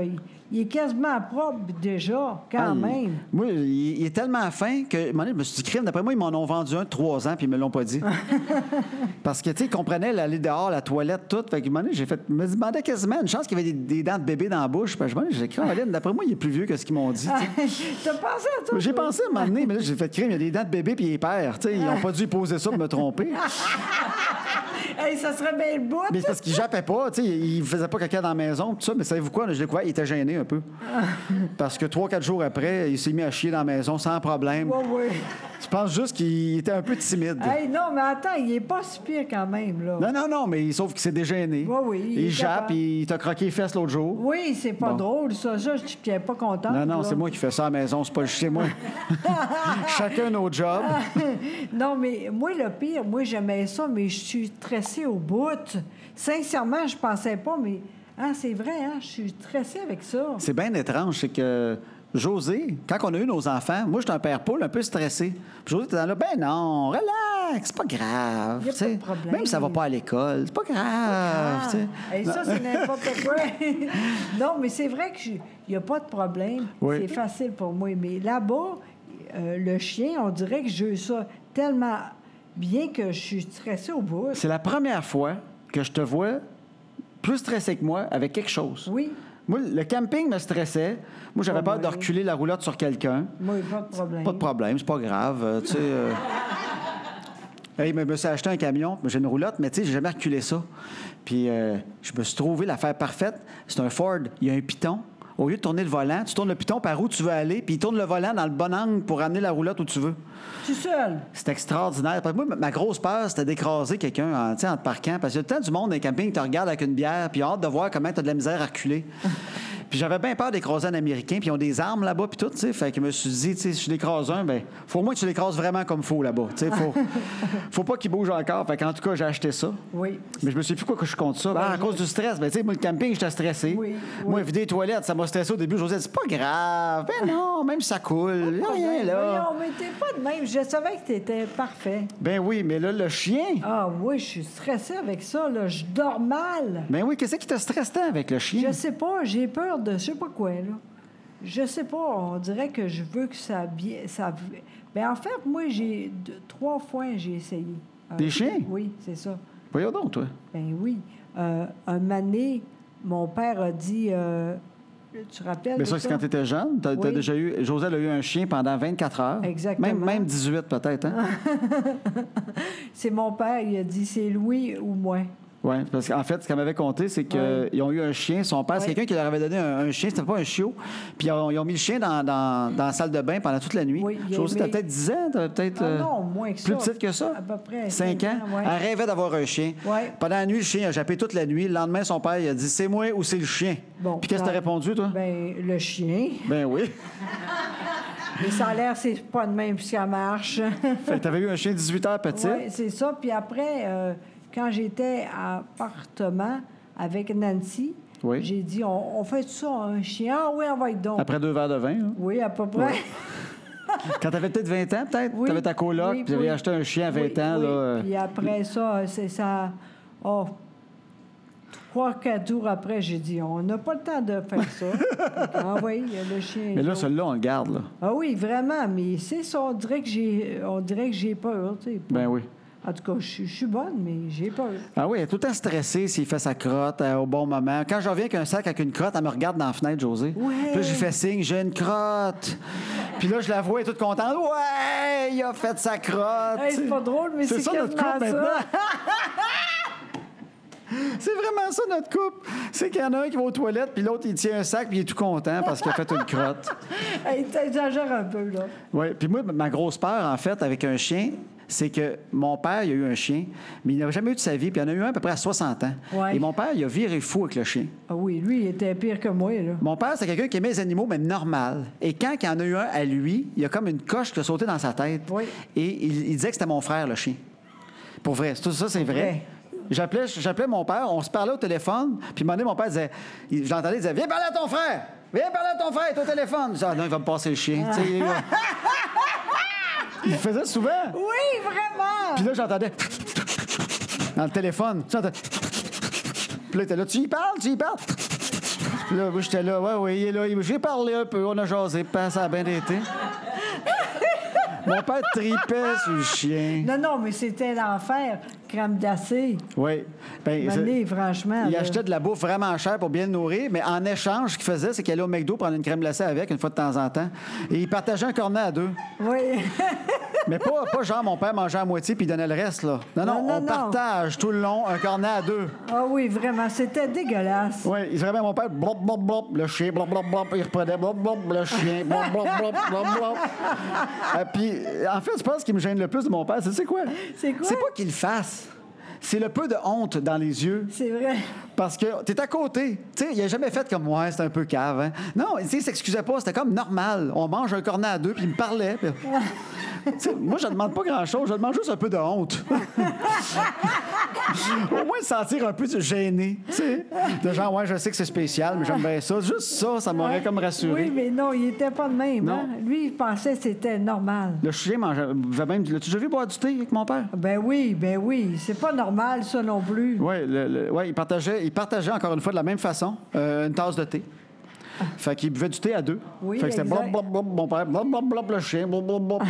il est quasiment propre déjà, quand
Ah, il-
même.
Moi, il, il est tellement fin que à un moment donné, je me suis dit, crime, d'après moi, ils m'en ont vendu un de trois ans, puis ils me l'ont pas dit. Parce que, tu sais, ils comprenaient l'aller dehors, la toilette, tout. Fait que, à un moment donné, j'ai fait, je me demandais quasiment une chance qu'il y avait des, des dents de bébé dans la bouche. Puis, à un moment donné, j'ai dit, Caroline, d'après moi, il est plus vieux que ce qu'ils m'ont dit. tu sais.
T'as pensé à toi?
J'ai
toi?
pensé à un moment donné, mais là, j'ai fait, crime, il y a des dents de bébé, puis il est père. Tu sais, ils n'ont pas dû poser ça pour me tromper.
Hey, ça serait bien le bout.
Mais c'est parce qu'il jappait pas, tu sais, il faisait pas caca dans la maison, tout ça. Mais savez-vous quoi, là, j'ai découvert, il était gêné un peu. Parce que trois, quatre jours après, il s'est mis à chier dans la maison sans problème.
Ouais, ouais.
Je pense juste qu'il était un peu timide.
Hey, non, mais attends, il est pas si pire quand même, là.
Non, non, non, mais sauf qu'il s'est dégêné.
Oui, oui, il
Il,
est
jappe,
capable.
il t'a croqué les fesses l'autre jour.
Oui, c'est pas
Bon.
drôle, ça. Ça, je suis bien pas contente.
Non, non,
là.
c'est moi qui fais ça à la maison, c'est pas chez moi. Chacun nos jobs.
Ah. non, mais moi, le pire, moi, j'aimais ça, mais je suis stressée au bout. Sincèrement, je pensais pas, mais... Ah, c'est vrai, hein, je suis stressée avec ça.
C'est bien étrange, c'est que José, quand on a eu nos enfants, moi, j'étais un père poule un peu stressé. Puis José était dans là, ben non, relax, c'est pas grave.
Y a
tu
pas de
sais.
problème.
Même si ça va pas à l'école, c'est pas grave. tu sais.
Ah, et ça, c'est n'importe quoi. non, mais c'est vrai qu'il n'y a pas de problème.
Oui.
C'est facile pour moi. Mais là-bas, euh, le chien, on dirait que j'ai eu ça tellement bien que je suis stressée au bout.
C'est la première fois que je te vois plus stressé que moi avec quelque chose.
Oui,
Moi, le camping me stressait. Moi, j'avais
Oh,
peur de
oui.
reculer la roulotte sur quelqu'un.
moi, pas de problème.
Pas de problème, c'est pas grave. euh, tu sais. euh. Hey, mais je me suis acheté un camion, mais j'ai une roulotte, mais tu sais, j'ai jamais reculé ça. Puis euh, je me suis trouvé l'affaire parfaite. C'est un Ford, il y a un piton. Au lieu de tourner le volant, tu tournes le piton par où tu veux aller, puis il tourne le volant dans le bon angle pour amener la roulotte où tu veux.
Tout seul.
C'est extraordinaire. Parce que moi, ma- ma grosse peur, c'était d'écraser quelqu'un en, tu sais, en te parquant. Parce que le temps du monde dans les campings, te regarde avec une bière, puis ils ont hâte de voir comment tu as de la misère à reculer. puis j'avais bien peur d'écraser un Américain, puis ils ont des armes là-bas, puis tout, tu sais. Fait que je me suis dit, tu sais, si je l'écrase un, ben faut au moins que tu l'écrases vraiment comme faut là-bas. Tu sais, faut, faut pas qu'il bouge encore. Fait qu'en tout cas, j'ai acheté ça.
Oui.
Mais je me suis dit, pourquoi que je compte ça? Ben, à cause du stress. Ben, tu sais, moi, le camping, j'étais stressé.
Oui,
Moi,
oui.
vider les toilettes, ça m'a stressé au début. Je me disais, c'est pas grave. Ben non, même si ça coule. y a rien là.
Oh, Voyons, mais t'es pas de même. Je savais que t'étais parfait.
Ben oui, mais là, le chien.
Ah oui, je suis stressée avec ça. Là. Je dors mal.
Ben oui, qu'est-ce qui te stresse tant avec le chien?
Je sais pas, j'ai peur de je sais pas quoi, là. Je sais pas, on dirait que je veux que ça... bien- ça ben en fait, moi, j'ai deux- trois fois, j'ai essayé. Euh,
Des chiens?
Oui, c'est ça.
Voyons donc, toi.
Ben oui. Euh, un mané, mon père a dit... euh, tu te rappelles
Mais
de
Ben ça, c'est quand tu étais jeune. T'as, t'as
Oui.
déjà eu. José a eu un chien pendant 24 heures.
Exactement. Ah.
Même, même 18 peut-être, hein?
C'est mon père, il a dit, c'est Louis ou moi.
oui, parce qu'en fait, ce qu'elle m'avait conté, c'est qu'ils
Ouais.
ont eu un chien. Son père, c'est
Ouais.
quelqu'un qui leur avait donné un, un chien, c'était pas un chiot. Puis ils ont, ils ont mis le chien dans, dans- dans la salle de bain pendant toute la nuit.
Oui, il a
José, t'as
aimé.
peut-être 10 ans, t'avais peut-être.
Ah
euh,
non, moins que ça.
Plus petite que ça?
À peu près.
5 ans?
ouais.
Elle rêvait d'avoir un chien.
Ouais.
Pendant la nuit, le chien a jappé toute la nuit. Le lendemain, son père, il a dit C'est moi ou c'est le chien?
Bon,
Puis qu'est-ce que
ça-
t'as répondu, toi?
Ben, le chien.
ben oui.
Mais ça a l'air, c'est pas de même puisqu'elle marche.
Fait que t'avais eu un chien 18 heures petit.
Oui, c'est ça. Puis après, euh, quand j'étais à appartement avec Nancy,
Oui.
j'ai dit on, on fait ça, un chien. Ah oui, on va être donc.
Après deux verres de vin. là.
Oui, à peu près.
Quand t'avais peut-être 20 ans, peut-être,
Oui,
t'avais ta coloc,
oui,
puis t'avais
oui.
acheté un chien à 20
Oui,
ans.
oui.
là, euh,
Puis après ça, c'est ça. Oh, trois, quatre jours après, j'ai dit on n'a pas le temps de faire ça. ah oui, il y a le chien.
Mais là,
donc.
celui-là, on le garde. Là.
Ah oui, vraiment, mais c'est ça. On dirait que j'ai, on dirait que j'ai peur. tu sais.
Ben oui.
En tout cas, je suis- je suis bonne, mais j'ai peur.
Ah oui, elle est tout le temps stressée s'il fait sa crotte euh, au bon moment. Quand je reviens avec un sac avec une crotte, elle me regarde dans la fenêtre, José.
Ouais.
Puis là, j'ai fait signe, j'ai une crotte. puis là, je la vois, elle est toute contente. Ouais, il a fait sa crotte.
Hey, c'est pas drôle, mais c'est
ça notre
quasiment
couple
ça.
maintenant. C'est vraiment ça notre couple. C'est qu'il y en a un qui va aux toilettes, puis l'autre il tient un sac, puis il est tout content parce qu'il a fait une crotte.
Hey, t'exagères un peu, là.
Oui, puis moi, ma grosse peur, en fait, avec un chien, c'est que mon père, il a eu un chien, mais il n'a jamais eu de sa vie, puis il en a eu un à peu près à 60 ans.
Ouais.
Et mon père, il a viré fou avec le chien.
Ah oui, lui, il était pire que moi, là.
Mon père, c'est quelqu'un qui aimait les animaux, mais normal. Et quand il en a eu un à lui, il y a comme une coche qui a sauté dans sa tête.
Oui.
Et il, il disait que c'était mon frère, le chien. Pour vrai, tout ça, c'est vrai.
vrai.
J'appelais, j'appelais mon père, on se parlait au téléphone, puis un moment donné, mon père disait, il- je l'entendais, il disait Viens parler à ton frère Viens parler à ton frère, il est au téléphone. Je disais, ah non, il va me passer le chien. Tu sais, il- il faisait souvent.
Oui, vraiment!
Puis là, j'entendais. Dans le téléphone. J'entendais. Puis là, t'es là, tu y parles, tu y parles. Puis là, moi, j'étais là, ouais, oui, il est là. Il- J'ai parlé un peu, on a jasé, pas ça a bien été. Mon père tripait sur le chien.
Non, non, mais c'était l'enfer. Crème glacée.
Oui. Ben,
Mané,
c'est-
franchement.
il
là.
achetait de la bouffe vraiment chère pour bien le nourrir, mais en échange, ce qu'il faisait, c'est qu'il allait au McDo prendre une crème glacée avec, une fois de temps en temps. Et il partageait un cornet à deux.
Oui.
Mais pas, pas genre mon père mangeait à moitié puis il donnait le reste, là. Non, non,
Non, non,
on
non.
partage tout le long un cornet à deux.
Ah oui, vraiment, c'était dégueulasse.
Oui, il se réveille mon père, blop, blop, blop, le chien, blop, blop, blop, il reprenait, blop, blop, le chien, blop, blop, blop, blop, blop. Euh, puis, en fait, je pense qu'il me gêne le plus de mon père, c'est quoi?
C'est quoi?
C'est pas qu'il le fasse. C'est le peu de honte dans les yeux.
C'est vrai.
Parce que t'es à côté. Tu sais, il a jamais fait comme ouais, c'était un peu cave. hein. Non, tu sais, il s'excusait pas, c'était comme normal. On mange un cornet à deux, puis il me parlait. puis- Tu sais, moi, je demande pas grand-chose, je demande juste un peu de honte. Au moins, sentir un peu gêné, tu sais. De genre, ouais, je sais que c'est spécial, mais j'aime bien ça. Juste ça, ça m'aurait comme rassuré.
Oui, mais non, il était pas de même.
Non.
hein. Lui, il pensait que c'était normal.
Le chien mangeait. buvait même. L'as-tu déjà vu boire du thé avec mon père?
Ben oui, ben oui. C'est pas normal, ça non plus.
Oui, ouais, il, partageait, il partageait encore une fois de la même façon euh, une tasse de thé. Fait qu'il buvait du thé à deux.
Ah. Oui,
fait que c'était blop,
exact.
blop, blop, mon père, blop, blop, blop, le chien, blop, blop, blop.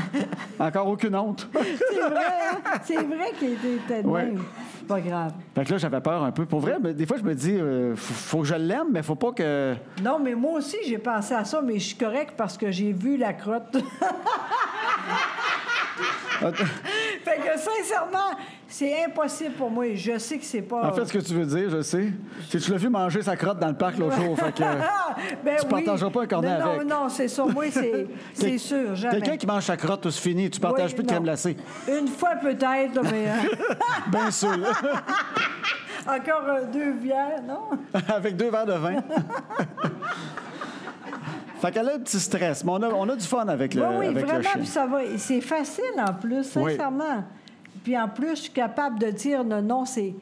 Encore aucune honte.
C'est vrai, hein? C'est vrai qu'il était de
Ouais.
même. C'est pas grave.
fait que là, j'avais peur un peu. Pour vrai, mais des fois, je me dis, euh, faut, faut que je l'aime, mais faut pas que.
Non, mais moi aussi, j'ai pensé à ça, mais je suis correcte parce que j'ai vu la crotte. fait que sincèrement, c'est impossible pour moi. Je sais que c'est pas.
En fait, ce que tu veux dire, je sais, c'est que tu l'as vu manger sa crotte dans le parc l'autre jour. Fait que. euh,
Ben
tu
oui.
partageras pas un cornet
non,
avec.
Non, non, c'est ça. Moi, c'est c'est sûr. Jamais.
Quelqu'un qui mange sa crotte, tout se finit. Tu partages
Oui,
plus de
non.
crème glacée.
Une fois peut-être, là, mais euh,
Bien sûr.
encore euh, deux bières, non?
Avec deux verres de vin. fait qu'elle a un petit stress, mais on a, on a du fun avec le,
Oui, oui,
Euh, avec le
vraiment,
chien.
puis ça va. C'est facile en plus,
Oui.
sincèrement. Puis en plus, je suis capable de dire non, non, c'est.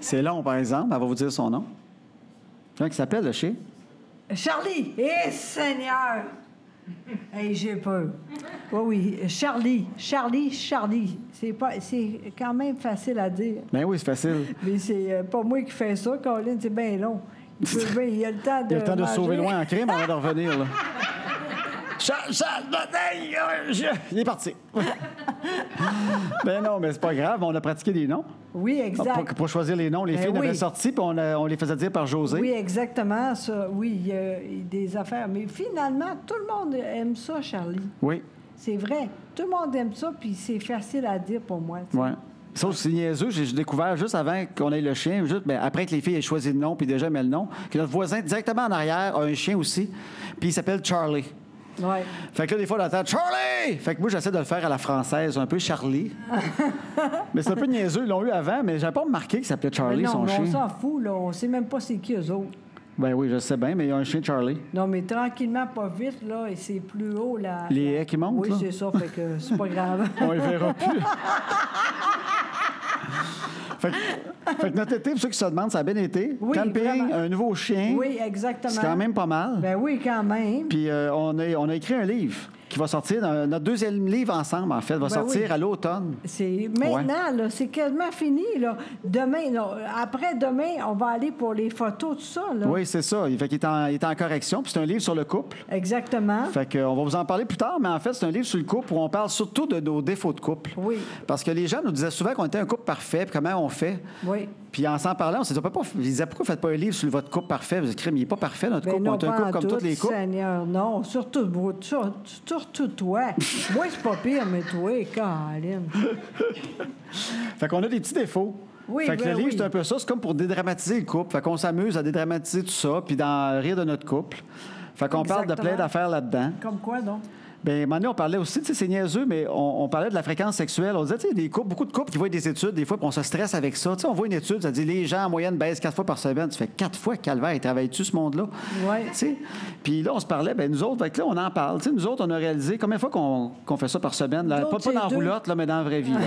C'est long, par exemple. Elle va vous dire son nom. Comment il s'appelle, le chien?
Charlie! Eh, Seigneur! Hey, j'ai peur. Oui, oui. Charlie, Charlie, Charlie. C'est pas, c'est quand même facile à dire.
Ben oui, c'est facile.
Mais c'est euh, pas moi qui fais ça, Colin, c'est bien long. Il, peut bien- il a le temps de.
Il a le temps de se sauver
manger.
loin en crime avant de revenir, là. Charles, Charles, hey, euh, je- Il est parti. ben non, mais c'est pas grave. On a pratiqué des noms.
Oui,
Ah, Pour,
exact.
pour choisir les noms, les
Ben
filles
oui.
avaient sorti, puis on, a- on les faisait dire par José.
Oui, exactement, ça. Oui, il y a il y a des affaires. Mais finalement, tout le monde aime ça, Charlie.
Oui,
C'est vrai. Tout le monde aime ça, puis c'est facile à dire pour moi. tu sais.
Ouais. Sauf que c'est niaiseux, j'ai j'ai découvert juste avant qu'on ait le chien, juste ben, après que les filles aient choisi le nom puis déjà mis le nom, que notre voisin directement en arrière a un chien aussi, puis il s'appelle Charlie.
Ouais.
Fait que là, des fois, on entend Charlie! Fait que moi, j'essaie de le faire à la française, un peu Charlie. mais c'est un peu niaiseux, ils l'ont eu avant, mais j'avais pas remarqué qu'il s'appelait
Mais
Charlie,
non,
son
mais on
chien.
s'en fout, là. On sait même pas c'est qui eux autres.
Ben oui, je sais bien, mais il y a un chien Charlie.
Non, mais tranquillement, pas vite, là, et c'est plus haut, là.
Les haies qui montent,
Oui,
là.
c'est ça, fait que c'est pas grave.
On les verra plus. fait, que, fait que notre été, pour ceux qui se demandent, ça a bien été.
Oui,
Camping,
vraiment.
un nouveau chien.
oui, exactement.
C'est quand même pas mal.
Ben oui, quand même.
Puis euh, on, a, on a écrit un livre qui va sortir, dans- notre deuxième livre ensemble, en fait, va
Ben
sortir
oui.
à l'automne.
C'est maintenant, là, c'est quasiment fini, là. Demain, là, après-demain, on va aller pour les photos, tout ça, là.
Oui, c'est ça. Il fait qu'il est en, il est en correction. Puis c'est un livre sur le couple.
Exactement.
Fait que, euh, on va vous en parler plus tard, mais en fait, c'est un livre sur le couple où on parle surtout de nos défauts de couple.
Oui.
Parce que les gens nous disaient souvent qu'on était un couple parfait, puis comment on fait.
Oui.
Puis en s'en parlant, on s'est dit, on peut pas, ils disaient, pourquoi vous faites pas un livre sur votre couple parfait? Vous crime, il n'est pas parfait, notre
Ben
couple.
non,
on est un
pas en
couple comme
tout,
tous les couples.
Seigneur, non. Surtout, moi, sur- surtout toi. moi, c'est pas pire, mais toi, Colin.
Fait qu'on a des petits défauts.
Oui,
fait que
ben
le livre,
oui.
c'est un peu ça. C'est comme pour dédramatiser le couple. Fait qu'on s'amuse à dédramatiser tout ça, puis d'en rire de notre couple. Fait qu'on parle de
Exactement.
plein d'affaires là-dedans. Ben,
Comme quoi, donc?
Bien, Mané, on parlait aussi, tu sais, c'est niaiseux, mais on, on parlait de la fréquence sexuelle. On disait, tu sais, des couples, beaucoup de couples qui voient des études, des fois, puis on se stresse avec ça. Tu sais, on voit une étude, ça dit les gens en moyenne baissent quatre fois par semaine. Tu fais quatre fois, calvaire, ils travaillent-tu ce monde-là?
Ouais.
Tu sais? Puis là, on se parlait, ben nous autres, fait que là, on en parle. Tu sais, nous autres, on a réalisé combien de fois qu'on qu'on fait ça par semaine? là?
Nous
Pas,
autres,
pas
c'est
dans la
deux.
roulotte, là, mais dans la vraie vie. là.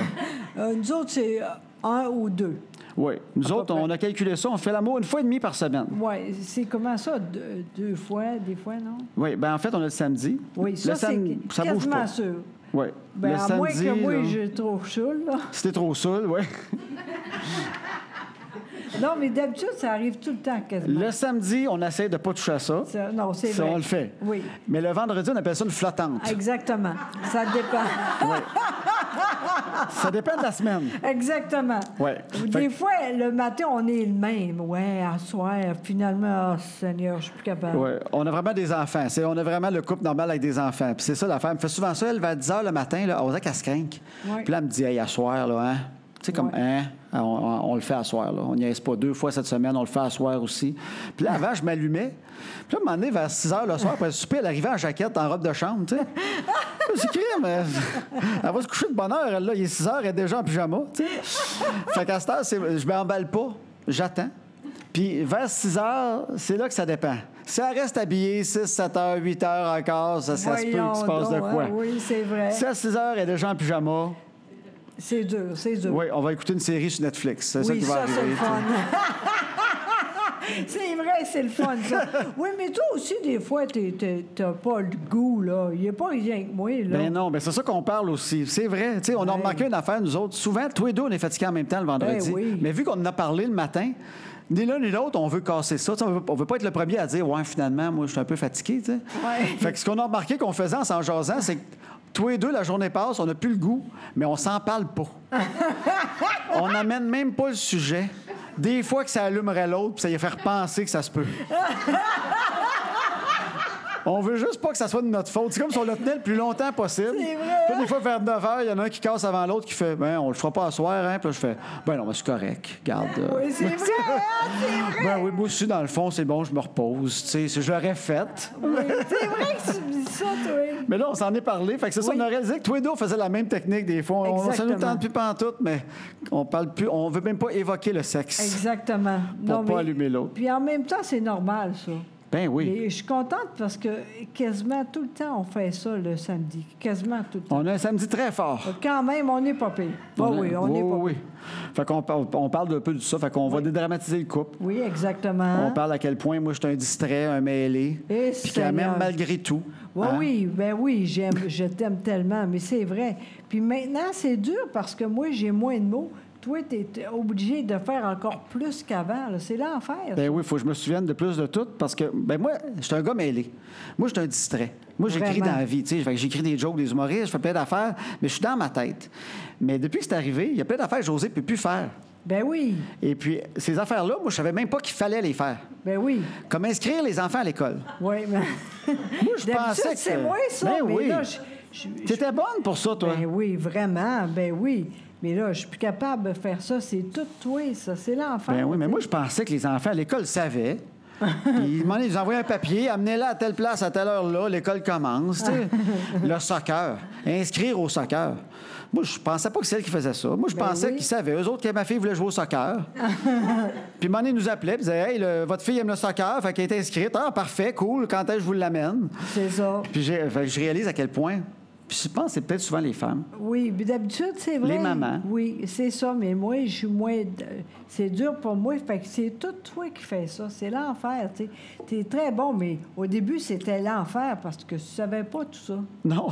Euh, nous autres, c'est euh, un ou deux.
Oui. Nous autres,
près.
on a calculé ça, on fait l'amour une fois et demie par semaine.
Oui, c'est comment ça? Deux, deux fois, des fois, non?
Oui, ben en fait, on a le samedi.
Oui, ça,
le sam-
c'est
ça bouge pas.
quasiment sûr.
Oui.
Ben,
le
à
samedi,
moins que moi,
là,
je trouve choule, là.
si t'es trop saoul, oui.
Non, mais d'habitude, ça arrive tout le temps, quasiment.
Le samedi, on essaie de pas toucher à ça.
Ça- non, c'est
Ça,
vrai.
on le fait.
Oui,
Mais le vendredi, on appelle ça une flottante.
exactement. Ça dépend.
Ça dépend de la semaine.
Exactement.
Ouais.
Ou
Fait
Des
que-
fois, le matin, on est le même. Ouais, à soir, finalement, oh, Seigneur, je suis plus capable.
Ouais, on a vraiment des enfants. C'est- on a vraiment le couple normal avec des enfants. Puis c'est ça, la femme fait souvent ça. Elle va à 10 h le matin, là, on dirait qu'elle se crinque.
Ouais.
Puis là, elle me dit, hey, à soir, là, hein? Tu sais, comme,
Ouais.
hein? On, on- on le fait à soir, là. On n'y pas deux fois cette semaine, on le fait à soir aussi. Puis là, avant, je m'allumais. Puis là, à un moment donné, vers 6 h le soir, après le souper, elle arrivait en jaquette, en robe de chambre, tu sais. Là, C'est crime. Elle elle va se coucher de bonne heure, elle, là. Il est 6 h, elle est déjà en pyjama, tu sais. Fait qu'à cette heure, c'est- je m'emballe pas, j'attends. Puis vers 6 heures, c'est là que ça dépend. Si elle reste habillée 6, 7 heures, 8 heures encore, ça, ça se peut qu'il
Voyons
se passe de
donc, hein,
quoi.
oui, c'est vrai.
Si à 6 heures, elle est déjà en pyjama,
C'est dur, c'est dur.
oui, on va écouter une série sur Netflix. C'est ça
Oui,
qui va
ça, c'est
arriver.
le fun. c'est vrai, c'est le fun, ça. Oui, mais toi aussi, des fois, t'es- t'es- t'as pas le goût, là. Il n'y a pas rien que moi, là.
Ben non, mais c'est ça qu'on parle aussi. C'est vrai. Tu sais, on a remarqué une affaire, nous autres. Souvent, tous les deux, on est fatigués en même temps le vendredi.
Ben oui.
Mais vu qu'on en a parlé le matin, ni l'un ni l'autre, on veut casser ça. Tu sais, On veut, on veut pas être le premier à dire, ouais, finalement, moi, je suis un peu fatigué. tu sais.
Ouais.
Fait que ce qu'on a remarqué qu'on faisait en s'en jasant, c'est que tous les deux, la journée passe, on n'a plus le goût, mais on s'en parle pas. on n'amène même pas le sujet. Des fois que ça allumerait l'autre, puis ça y fait repenser que ça se peut. On veut juste pas que ça soit de notre faute. C'est comme si on le tenait le plus longtemps possible.
C'est vrai, hein?
Puis des fois, vers 9 h, il y en a un qui casse avant l'autre qui fait Ben, on le fera pas à soir, hein. Puis là, je fais Ben non, mais c'est correct. Garde. euh,
Oui, c'est vrai, hein, c'est vrai.
Ben oui, moi aussi, dans le fond, c'est bon, je me repose. Tu sais, c'est- je l'aurais fait.
Oui, c'est vrai que tu me dis ça, toi.
Mais là, on s'en est parlé. Fait que c'est ça,
Oui.
on a réalisé que tous les deux, on faisait la même technique des fois. On, on ça nous
Exactement.
tente plus pantoute, mais on parle plus, on veut même pas évoquer le sexe.
Exactement.
Pour pas allumer l'autre.
Puis en même temps, c'est normal, ça.
Ben oui.
Et je suis contente parce que quasiment tout le temps, on fait ça le samedi. Quasiment tout le temps.
On a un samedi très fort.
Quand même, on n'est pas pire. Ah
a-
oui, on n'est
oui,
pas
Oh oui. Fait qu'on parle- on parle un peu de ça. Fait qu'on va dédramatiser le couple.
pire. Oui, exactement.
On parle à quel point moi je suis un distrait, un mêlé.
Hein? Eh,
Puis quand
Seigneur.
même, malgré tout.
Oui,
hein,
oui, ben oui, j'aime, je t'aime tellement, mais c'est vrai. Puis maintenant, c'est dur parce que moi, j'ai moins de mots. Toi, tu es obligé de faire encore plus qu'avant. là. C'est l'enfer.
Ben oui, il faut que je me souvienne de plus de tout parce que ben moi, je suis un gars mêlé. Moi, je suis un distrait. Moi, j'écris
Vraiment.
dans la vie, tu sais, Fait que j'écris des jokes, des humoristes, je fais plein d'affaires, mais je suis dans ma tête. Mais depuis que c'est arrivé, il y a plein d'affaires que José ne peut plus faire.
Ben oui,
Et puis ces affaires-là, moi, je savais même pas qu'il fallait les faire.
ben oui.
Comme inscrire les enfants à l'école.
Oui, mais. Moi,
je pensais que-
c'est moins ça,
Ben
mais
oui.
là, je. je- je-
T'étais bonne pour ça, toi.
Ben oui, vraiment, ben oui. Mais là, je suis plus capable de faire ça. C'est tout toi, ça. C'est l'enfer.
Ben oui, mais moi, je pensais que les enfants à l'école savaient. Puis ils demandaient- ils envoyaient un papier, amenez-la à telle place, à telle heure-là, l'école commence. tu sais. le soccer, inscrire au soccer. Moi, je pensais pas que c'est elle qui faisait ça. Moi, je
Ben
pensais
oui.
qu'ils savaient. Eux autres, que ma fille voulait jouer au soccer. puis Mané nous appelait, puis disait Hey, le- votre fille aime le soccer, fait qu'elle est inscrite. Ah, parfait, cool, quand est-ce que je vous l'amène
C'est ça.
Puis j'ai- fait que je réalise à quel point. Puis je pense que c'est peut-être souvent les femmes.
Oui, mais d'habitude, c'est vrai.
Les mamans.
Oui, c'est ça, mais moi, je suis moins. de- C'est dur pour moi. Fait que c'est tout toi qui fais ça. C'est l'enfer, tu sais. T'es très bon, mais au début, c'était l'enfer parce que tu savais pas tout ça.
Non.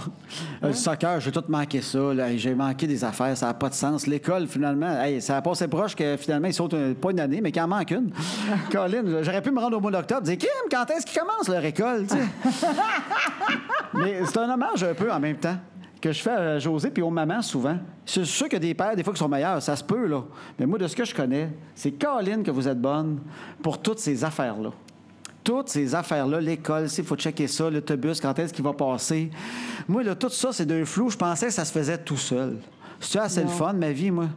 Euh, Le soccer, j'ai tout manqué ça. là. J'ai manqué des affaires. Ça n'a pas de sens. L'école, finalement, hey, ça a passé proche que finalement, ils sautent un- pas une année, mais qu'il en manque une. Colin, j'aurais pu me rendre au mois d'octobre dire Kim, quand est-ce qu'ils commencent leur école tu sais? Mais c'est un hommage un peu en même temps que je fais à José puis aux mamans souvent. C'est sûr que des pères, des fois, qui sont meilleurs, ça se peut, là. Mais moi, de ce que je connais, c'est Colin que vous êtes bonne pour toutes ces affaires-là. Toutes ces affaires-là, l'école, il faut checker ça, l'autobus, quand est-ce qu'il va passer. Moi, là, tout ça, c'est d'un flou. Je pensais que ça se faisait tout seul. C'est assez le fun, ma vie, moi.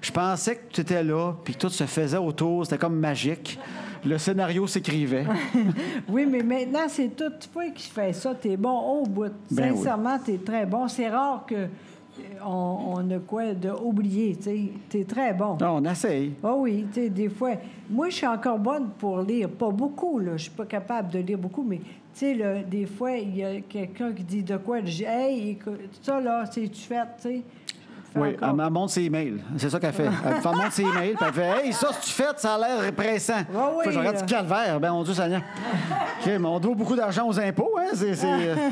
Je pensais que tu étais là, puis que tout se faisait autour. C'était comme magique. Le scénario s'écrivait.
Oui, mais maintenant, c'est tout toi qui fais ça. T'es bon au bout.
Ben oui.
Sincèrement, t'es très bon. C'est rare que euh, on, on a quoi de oublier, tu sais. T'es très bon.
Non, on essaye.
Ah oui, tu sais, des fois. Moi, je suis encore bonne pour lire. Pas beaucoup, là. Je suis pas capable de lire beaucoup, mais tu sais, là, des fois, il y a quelqu'un qui dit de quoi. Je dis, hey, écoute, ça, là, c'est-tu fait, tu sais. Je fais
Oui, elle
encore.
me montre ses emails. C'est ça qu'elle fait. Elle me fait- montre ses emails, puis elle fait Hey, ça, si tu fais, ça a l'air pressant.
Ah oui,
Puis je regarde
là.
du calvaire. Ben, mon Dieu, Seigneur. OK, mais on doit beaucoup d'argent aux impôts, hein. C'est. c'est, euh,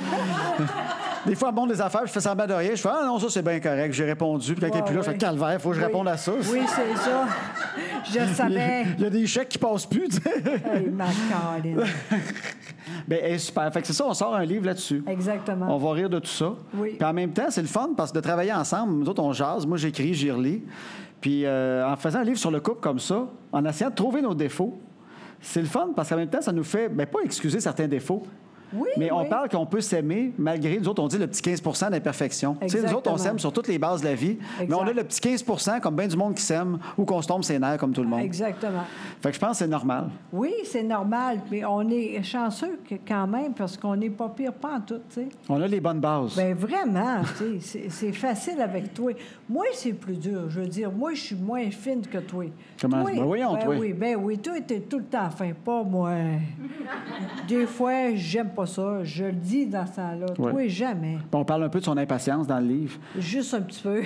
Des fois, elle montre des affaires, puis je fais semblant de rien. Je fais Ah non, ça, c'est bien correct. J'ai répondu. Puis quand elle est plus là, je fais calvaire, faut que je
Oui.
réponde à ça.
Oui, c'est ça. Je
Il y a-
savais.
il y a des chèques qui passent plus, tu sais.
hey, ma Caroline.
Ben, elle est super. Fait que c'est ça, on sort un livre là-dessus.
Exactement.
On va rire de tout ça.
Oui.
Puis en même temps, c'est le fun parce que de travailler ensemble, nous autres, on jase. Moi, j'écris, j'y relis. Puis euh, en faisant un livre sur le couple comme ça, en essayant de trouver nos défauts, c'est le fun parce qu'en même temps, ça nous fait, ben, pas excuser certains défauts.
Oui,
Mais on
oui.
parle qu'on peut s'aimer malgré, nous autres, on dit le petit 15 d'imperfection. Tu sais, nous autres, on
Exactement.
s'aime sur toutes les bases de la vie, mais
Exact.
on a le petit 15 comme bien du monde qui s'aime ou qu'on se tombe ses nerfs comme tout le monde.
Exactement.
Fait que je pense que c'est normal.
Oui, c'est normal, mais on est chanceux que- quand même parce qu'on n'est pas pire pas en tout, tu sais.
On a les bonnes bases.
Ben vraiment, tu sais, c'est- c'est facile avec toi. Moi, c'est plus dur. Je veux dire, moi, je suis moins fine que toi.
Comment-
Toi-
ben voyons,
ben
toi.
oui, ben oui, toi, t'es tout le temps fin, pas moi. Des fois, j'aime pas ça. Je le dis dans ce temps-là.
Ouais.
Toi, jamais.
Puis On parle un peu de son impatience dans le livre.
Juste un petit peu.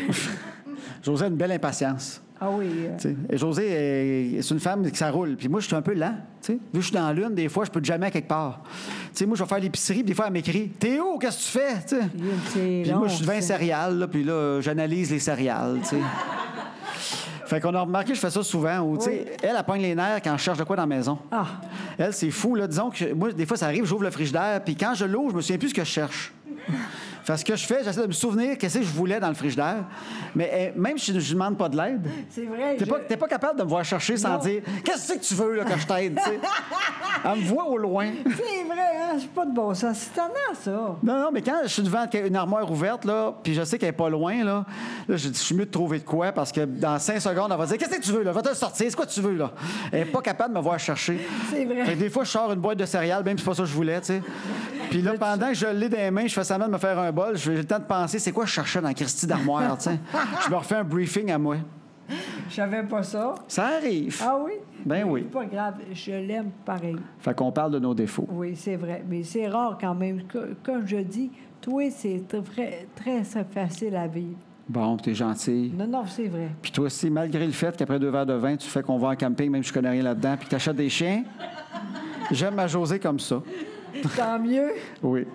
José a une belle impatience.
ah oui. euh,
tu sais. Et José, euh, c'est une femme qui ça roule. Puis moi, je suis un peu lent. tu sais. Vu que je suis dans la l'une, des fois, je peux jamais à quelque part. Tu sais, moi, je vais faire l'épicerie, puis des fois, elle m'écrit Théo, qu'est-ce que tu fais Tu sais.
il y a une- c'est
Puis
long,
moi, je suis devant les
ça.
céréales, là, puis là, euh, j'analyse les céréales, tu sais. Fait qu'on a remarqué, je fais ça souvent, où, tu sais, elle, elle pogne les nerfs quand je cherche de quoi dans la maison.
Ah.
Elle, c'est fou, là. Disons que moi, des fois, ça arrive, j'ouvre le frigidaire, puis quand je l'ouvre, je me souviens plus ce que je cherche. Fait que ce que je fais, j'essaie de me souvenir qu'est-ce que je voulais dans le frigidaire. Mais euh, même si je ne demande pas de l'aide,
C'est vrai.
t'es
je-
pas, t'es pas capable de me voir chercher sans
Non.
dire Qu'est-ce que tu veux, là, que je t'aide, tu sais. Elle me voit au loin.
C'est vrai, hein? C'est pas de bon sens. C'est étonnant, ça.
Non, non, mais quand je suis devant une armoire ouverte, là, puis je sais qu'elle est pas loin, là, là, je dis, je suis mieux de trouver de quoi, parce que dans cinq secondes, elle va dire, qu'est-ce que tu veux, là? Va te le sortir, c'est quoi que tu veux, là? Elle est pas capable de me voir chercher.
C'est vrai.
Fait que des fois, je sors une boîte de céréales, même si c'est pas ça que je voulais, tu sais. Puis là, pendant que je l'ai dans les mains, je fais semblant de me faire un bol, j'ai le temps de penser, c'est quoi que je cherchais dans la Christie d'armoire, tu sais? Je me refais un briefing à moi.
Je savais pas ça.
Ça arrive.
Ah oui?
Ben oui.
C'est pas grave. Je l'aime pareil.
Fait qu'on parle de nos défauts.
Oui, c'est vrai. Mais c'est rare quand même. Co- Comme je dis, toi, c'est tr- vrai- très, très facile à vivre.
Bon, t'es gentil.
Non, non, c'est vrai.
Puis toi aussi, malgré le fait qu'après deux verres de vin, tu fais qu'on va en camping, même si je connais rien là-dedans, puis que tu achètes des chiens, j'aime ma Josée comme ça.
Tant mieux.
Oui.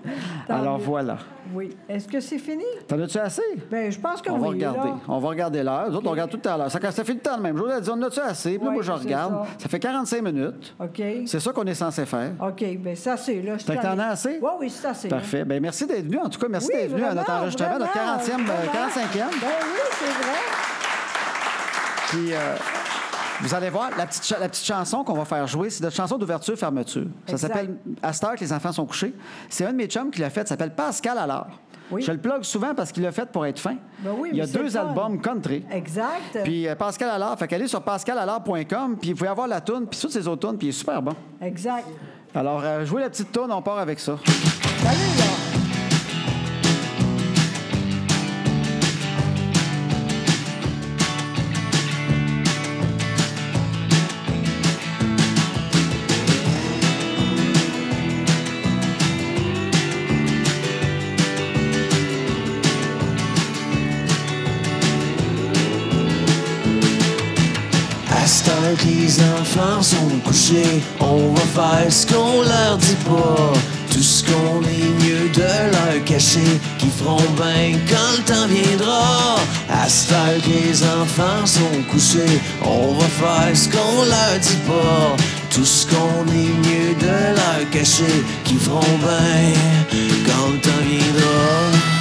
Tant
Alors
mieux.
voilà.
Oui. Est-ce que c'est fini?
T'en as-tu assez?
Ben, je pense que
On
oui.
va regarder.
là.
On va regarder l'heure. Nous autres, on regarde tout à l'heure. Ça, ça fait le temps de même. Josée a dit, on a-tu assez? Puis là,
Ouais,
moi, je
c'est
regarde. Ça.
ça.
fait 45 minutes.
OK.
C'est ça qu'on est censé faire.
OK. Ben, ça, c'est là. je
Fait que
t'en
t'en
ai-
as assez?
Oui, oui, ça, c'est là.
Parfait. Bien, merci d'être venu. En tout cas, merci
Oui,
d'être venu à notre
vraiment,
enregistrement, notre
vraiment,
40e, euh,
vraiment.
45e.
Ben oui, c'est vrai.
Puis euh, vous allez voir, la petite, cha- la petite chanson qu'on va faire jouer, c'est notre chanson d'ouverture-fermeture. Ça
Exact.
s'appelle À cette heure que les enfants sont couchés. C'est un de mes chums qui l'a fait. Ça s'appelle Pascal Allard.
Oui.
Je le plug souvent parce qu'il l'a fait pour être fin.
Ben oui,
Il y a
mais c'est
deux
le fun.
albums country.
Exact.
Puis euh, Pascal Allard, fait qu'allez sur pascalallard.com, puis vous pouvez avoir la toune, puis toutes ses autres tounes, puis il est super bon.
Exact.
Alors, euh, jouez la petite toune, on part avec ça.
Salut, là.
À cette heure que les enfants sont couchés, on va faire ce qu'on leur dit pas. Tout ce qu'on est mieux de leur cacher, qui feront bien quand le temps viendra. À cette heure que les enfants sont couchés, on va faire ce qu'on leur dit pas. Tout ce qu'on est mieux de leur cacher, qui feront bien quand le temps viendra.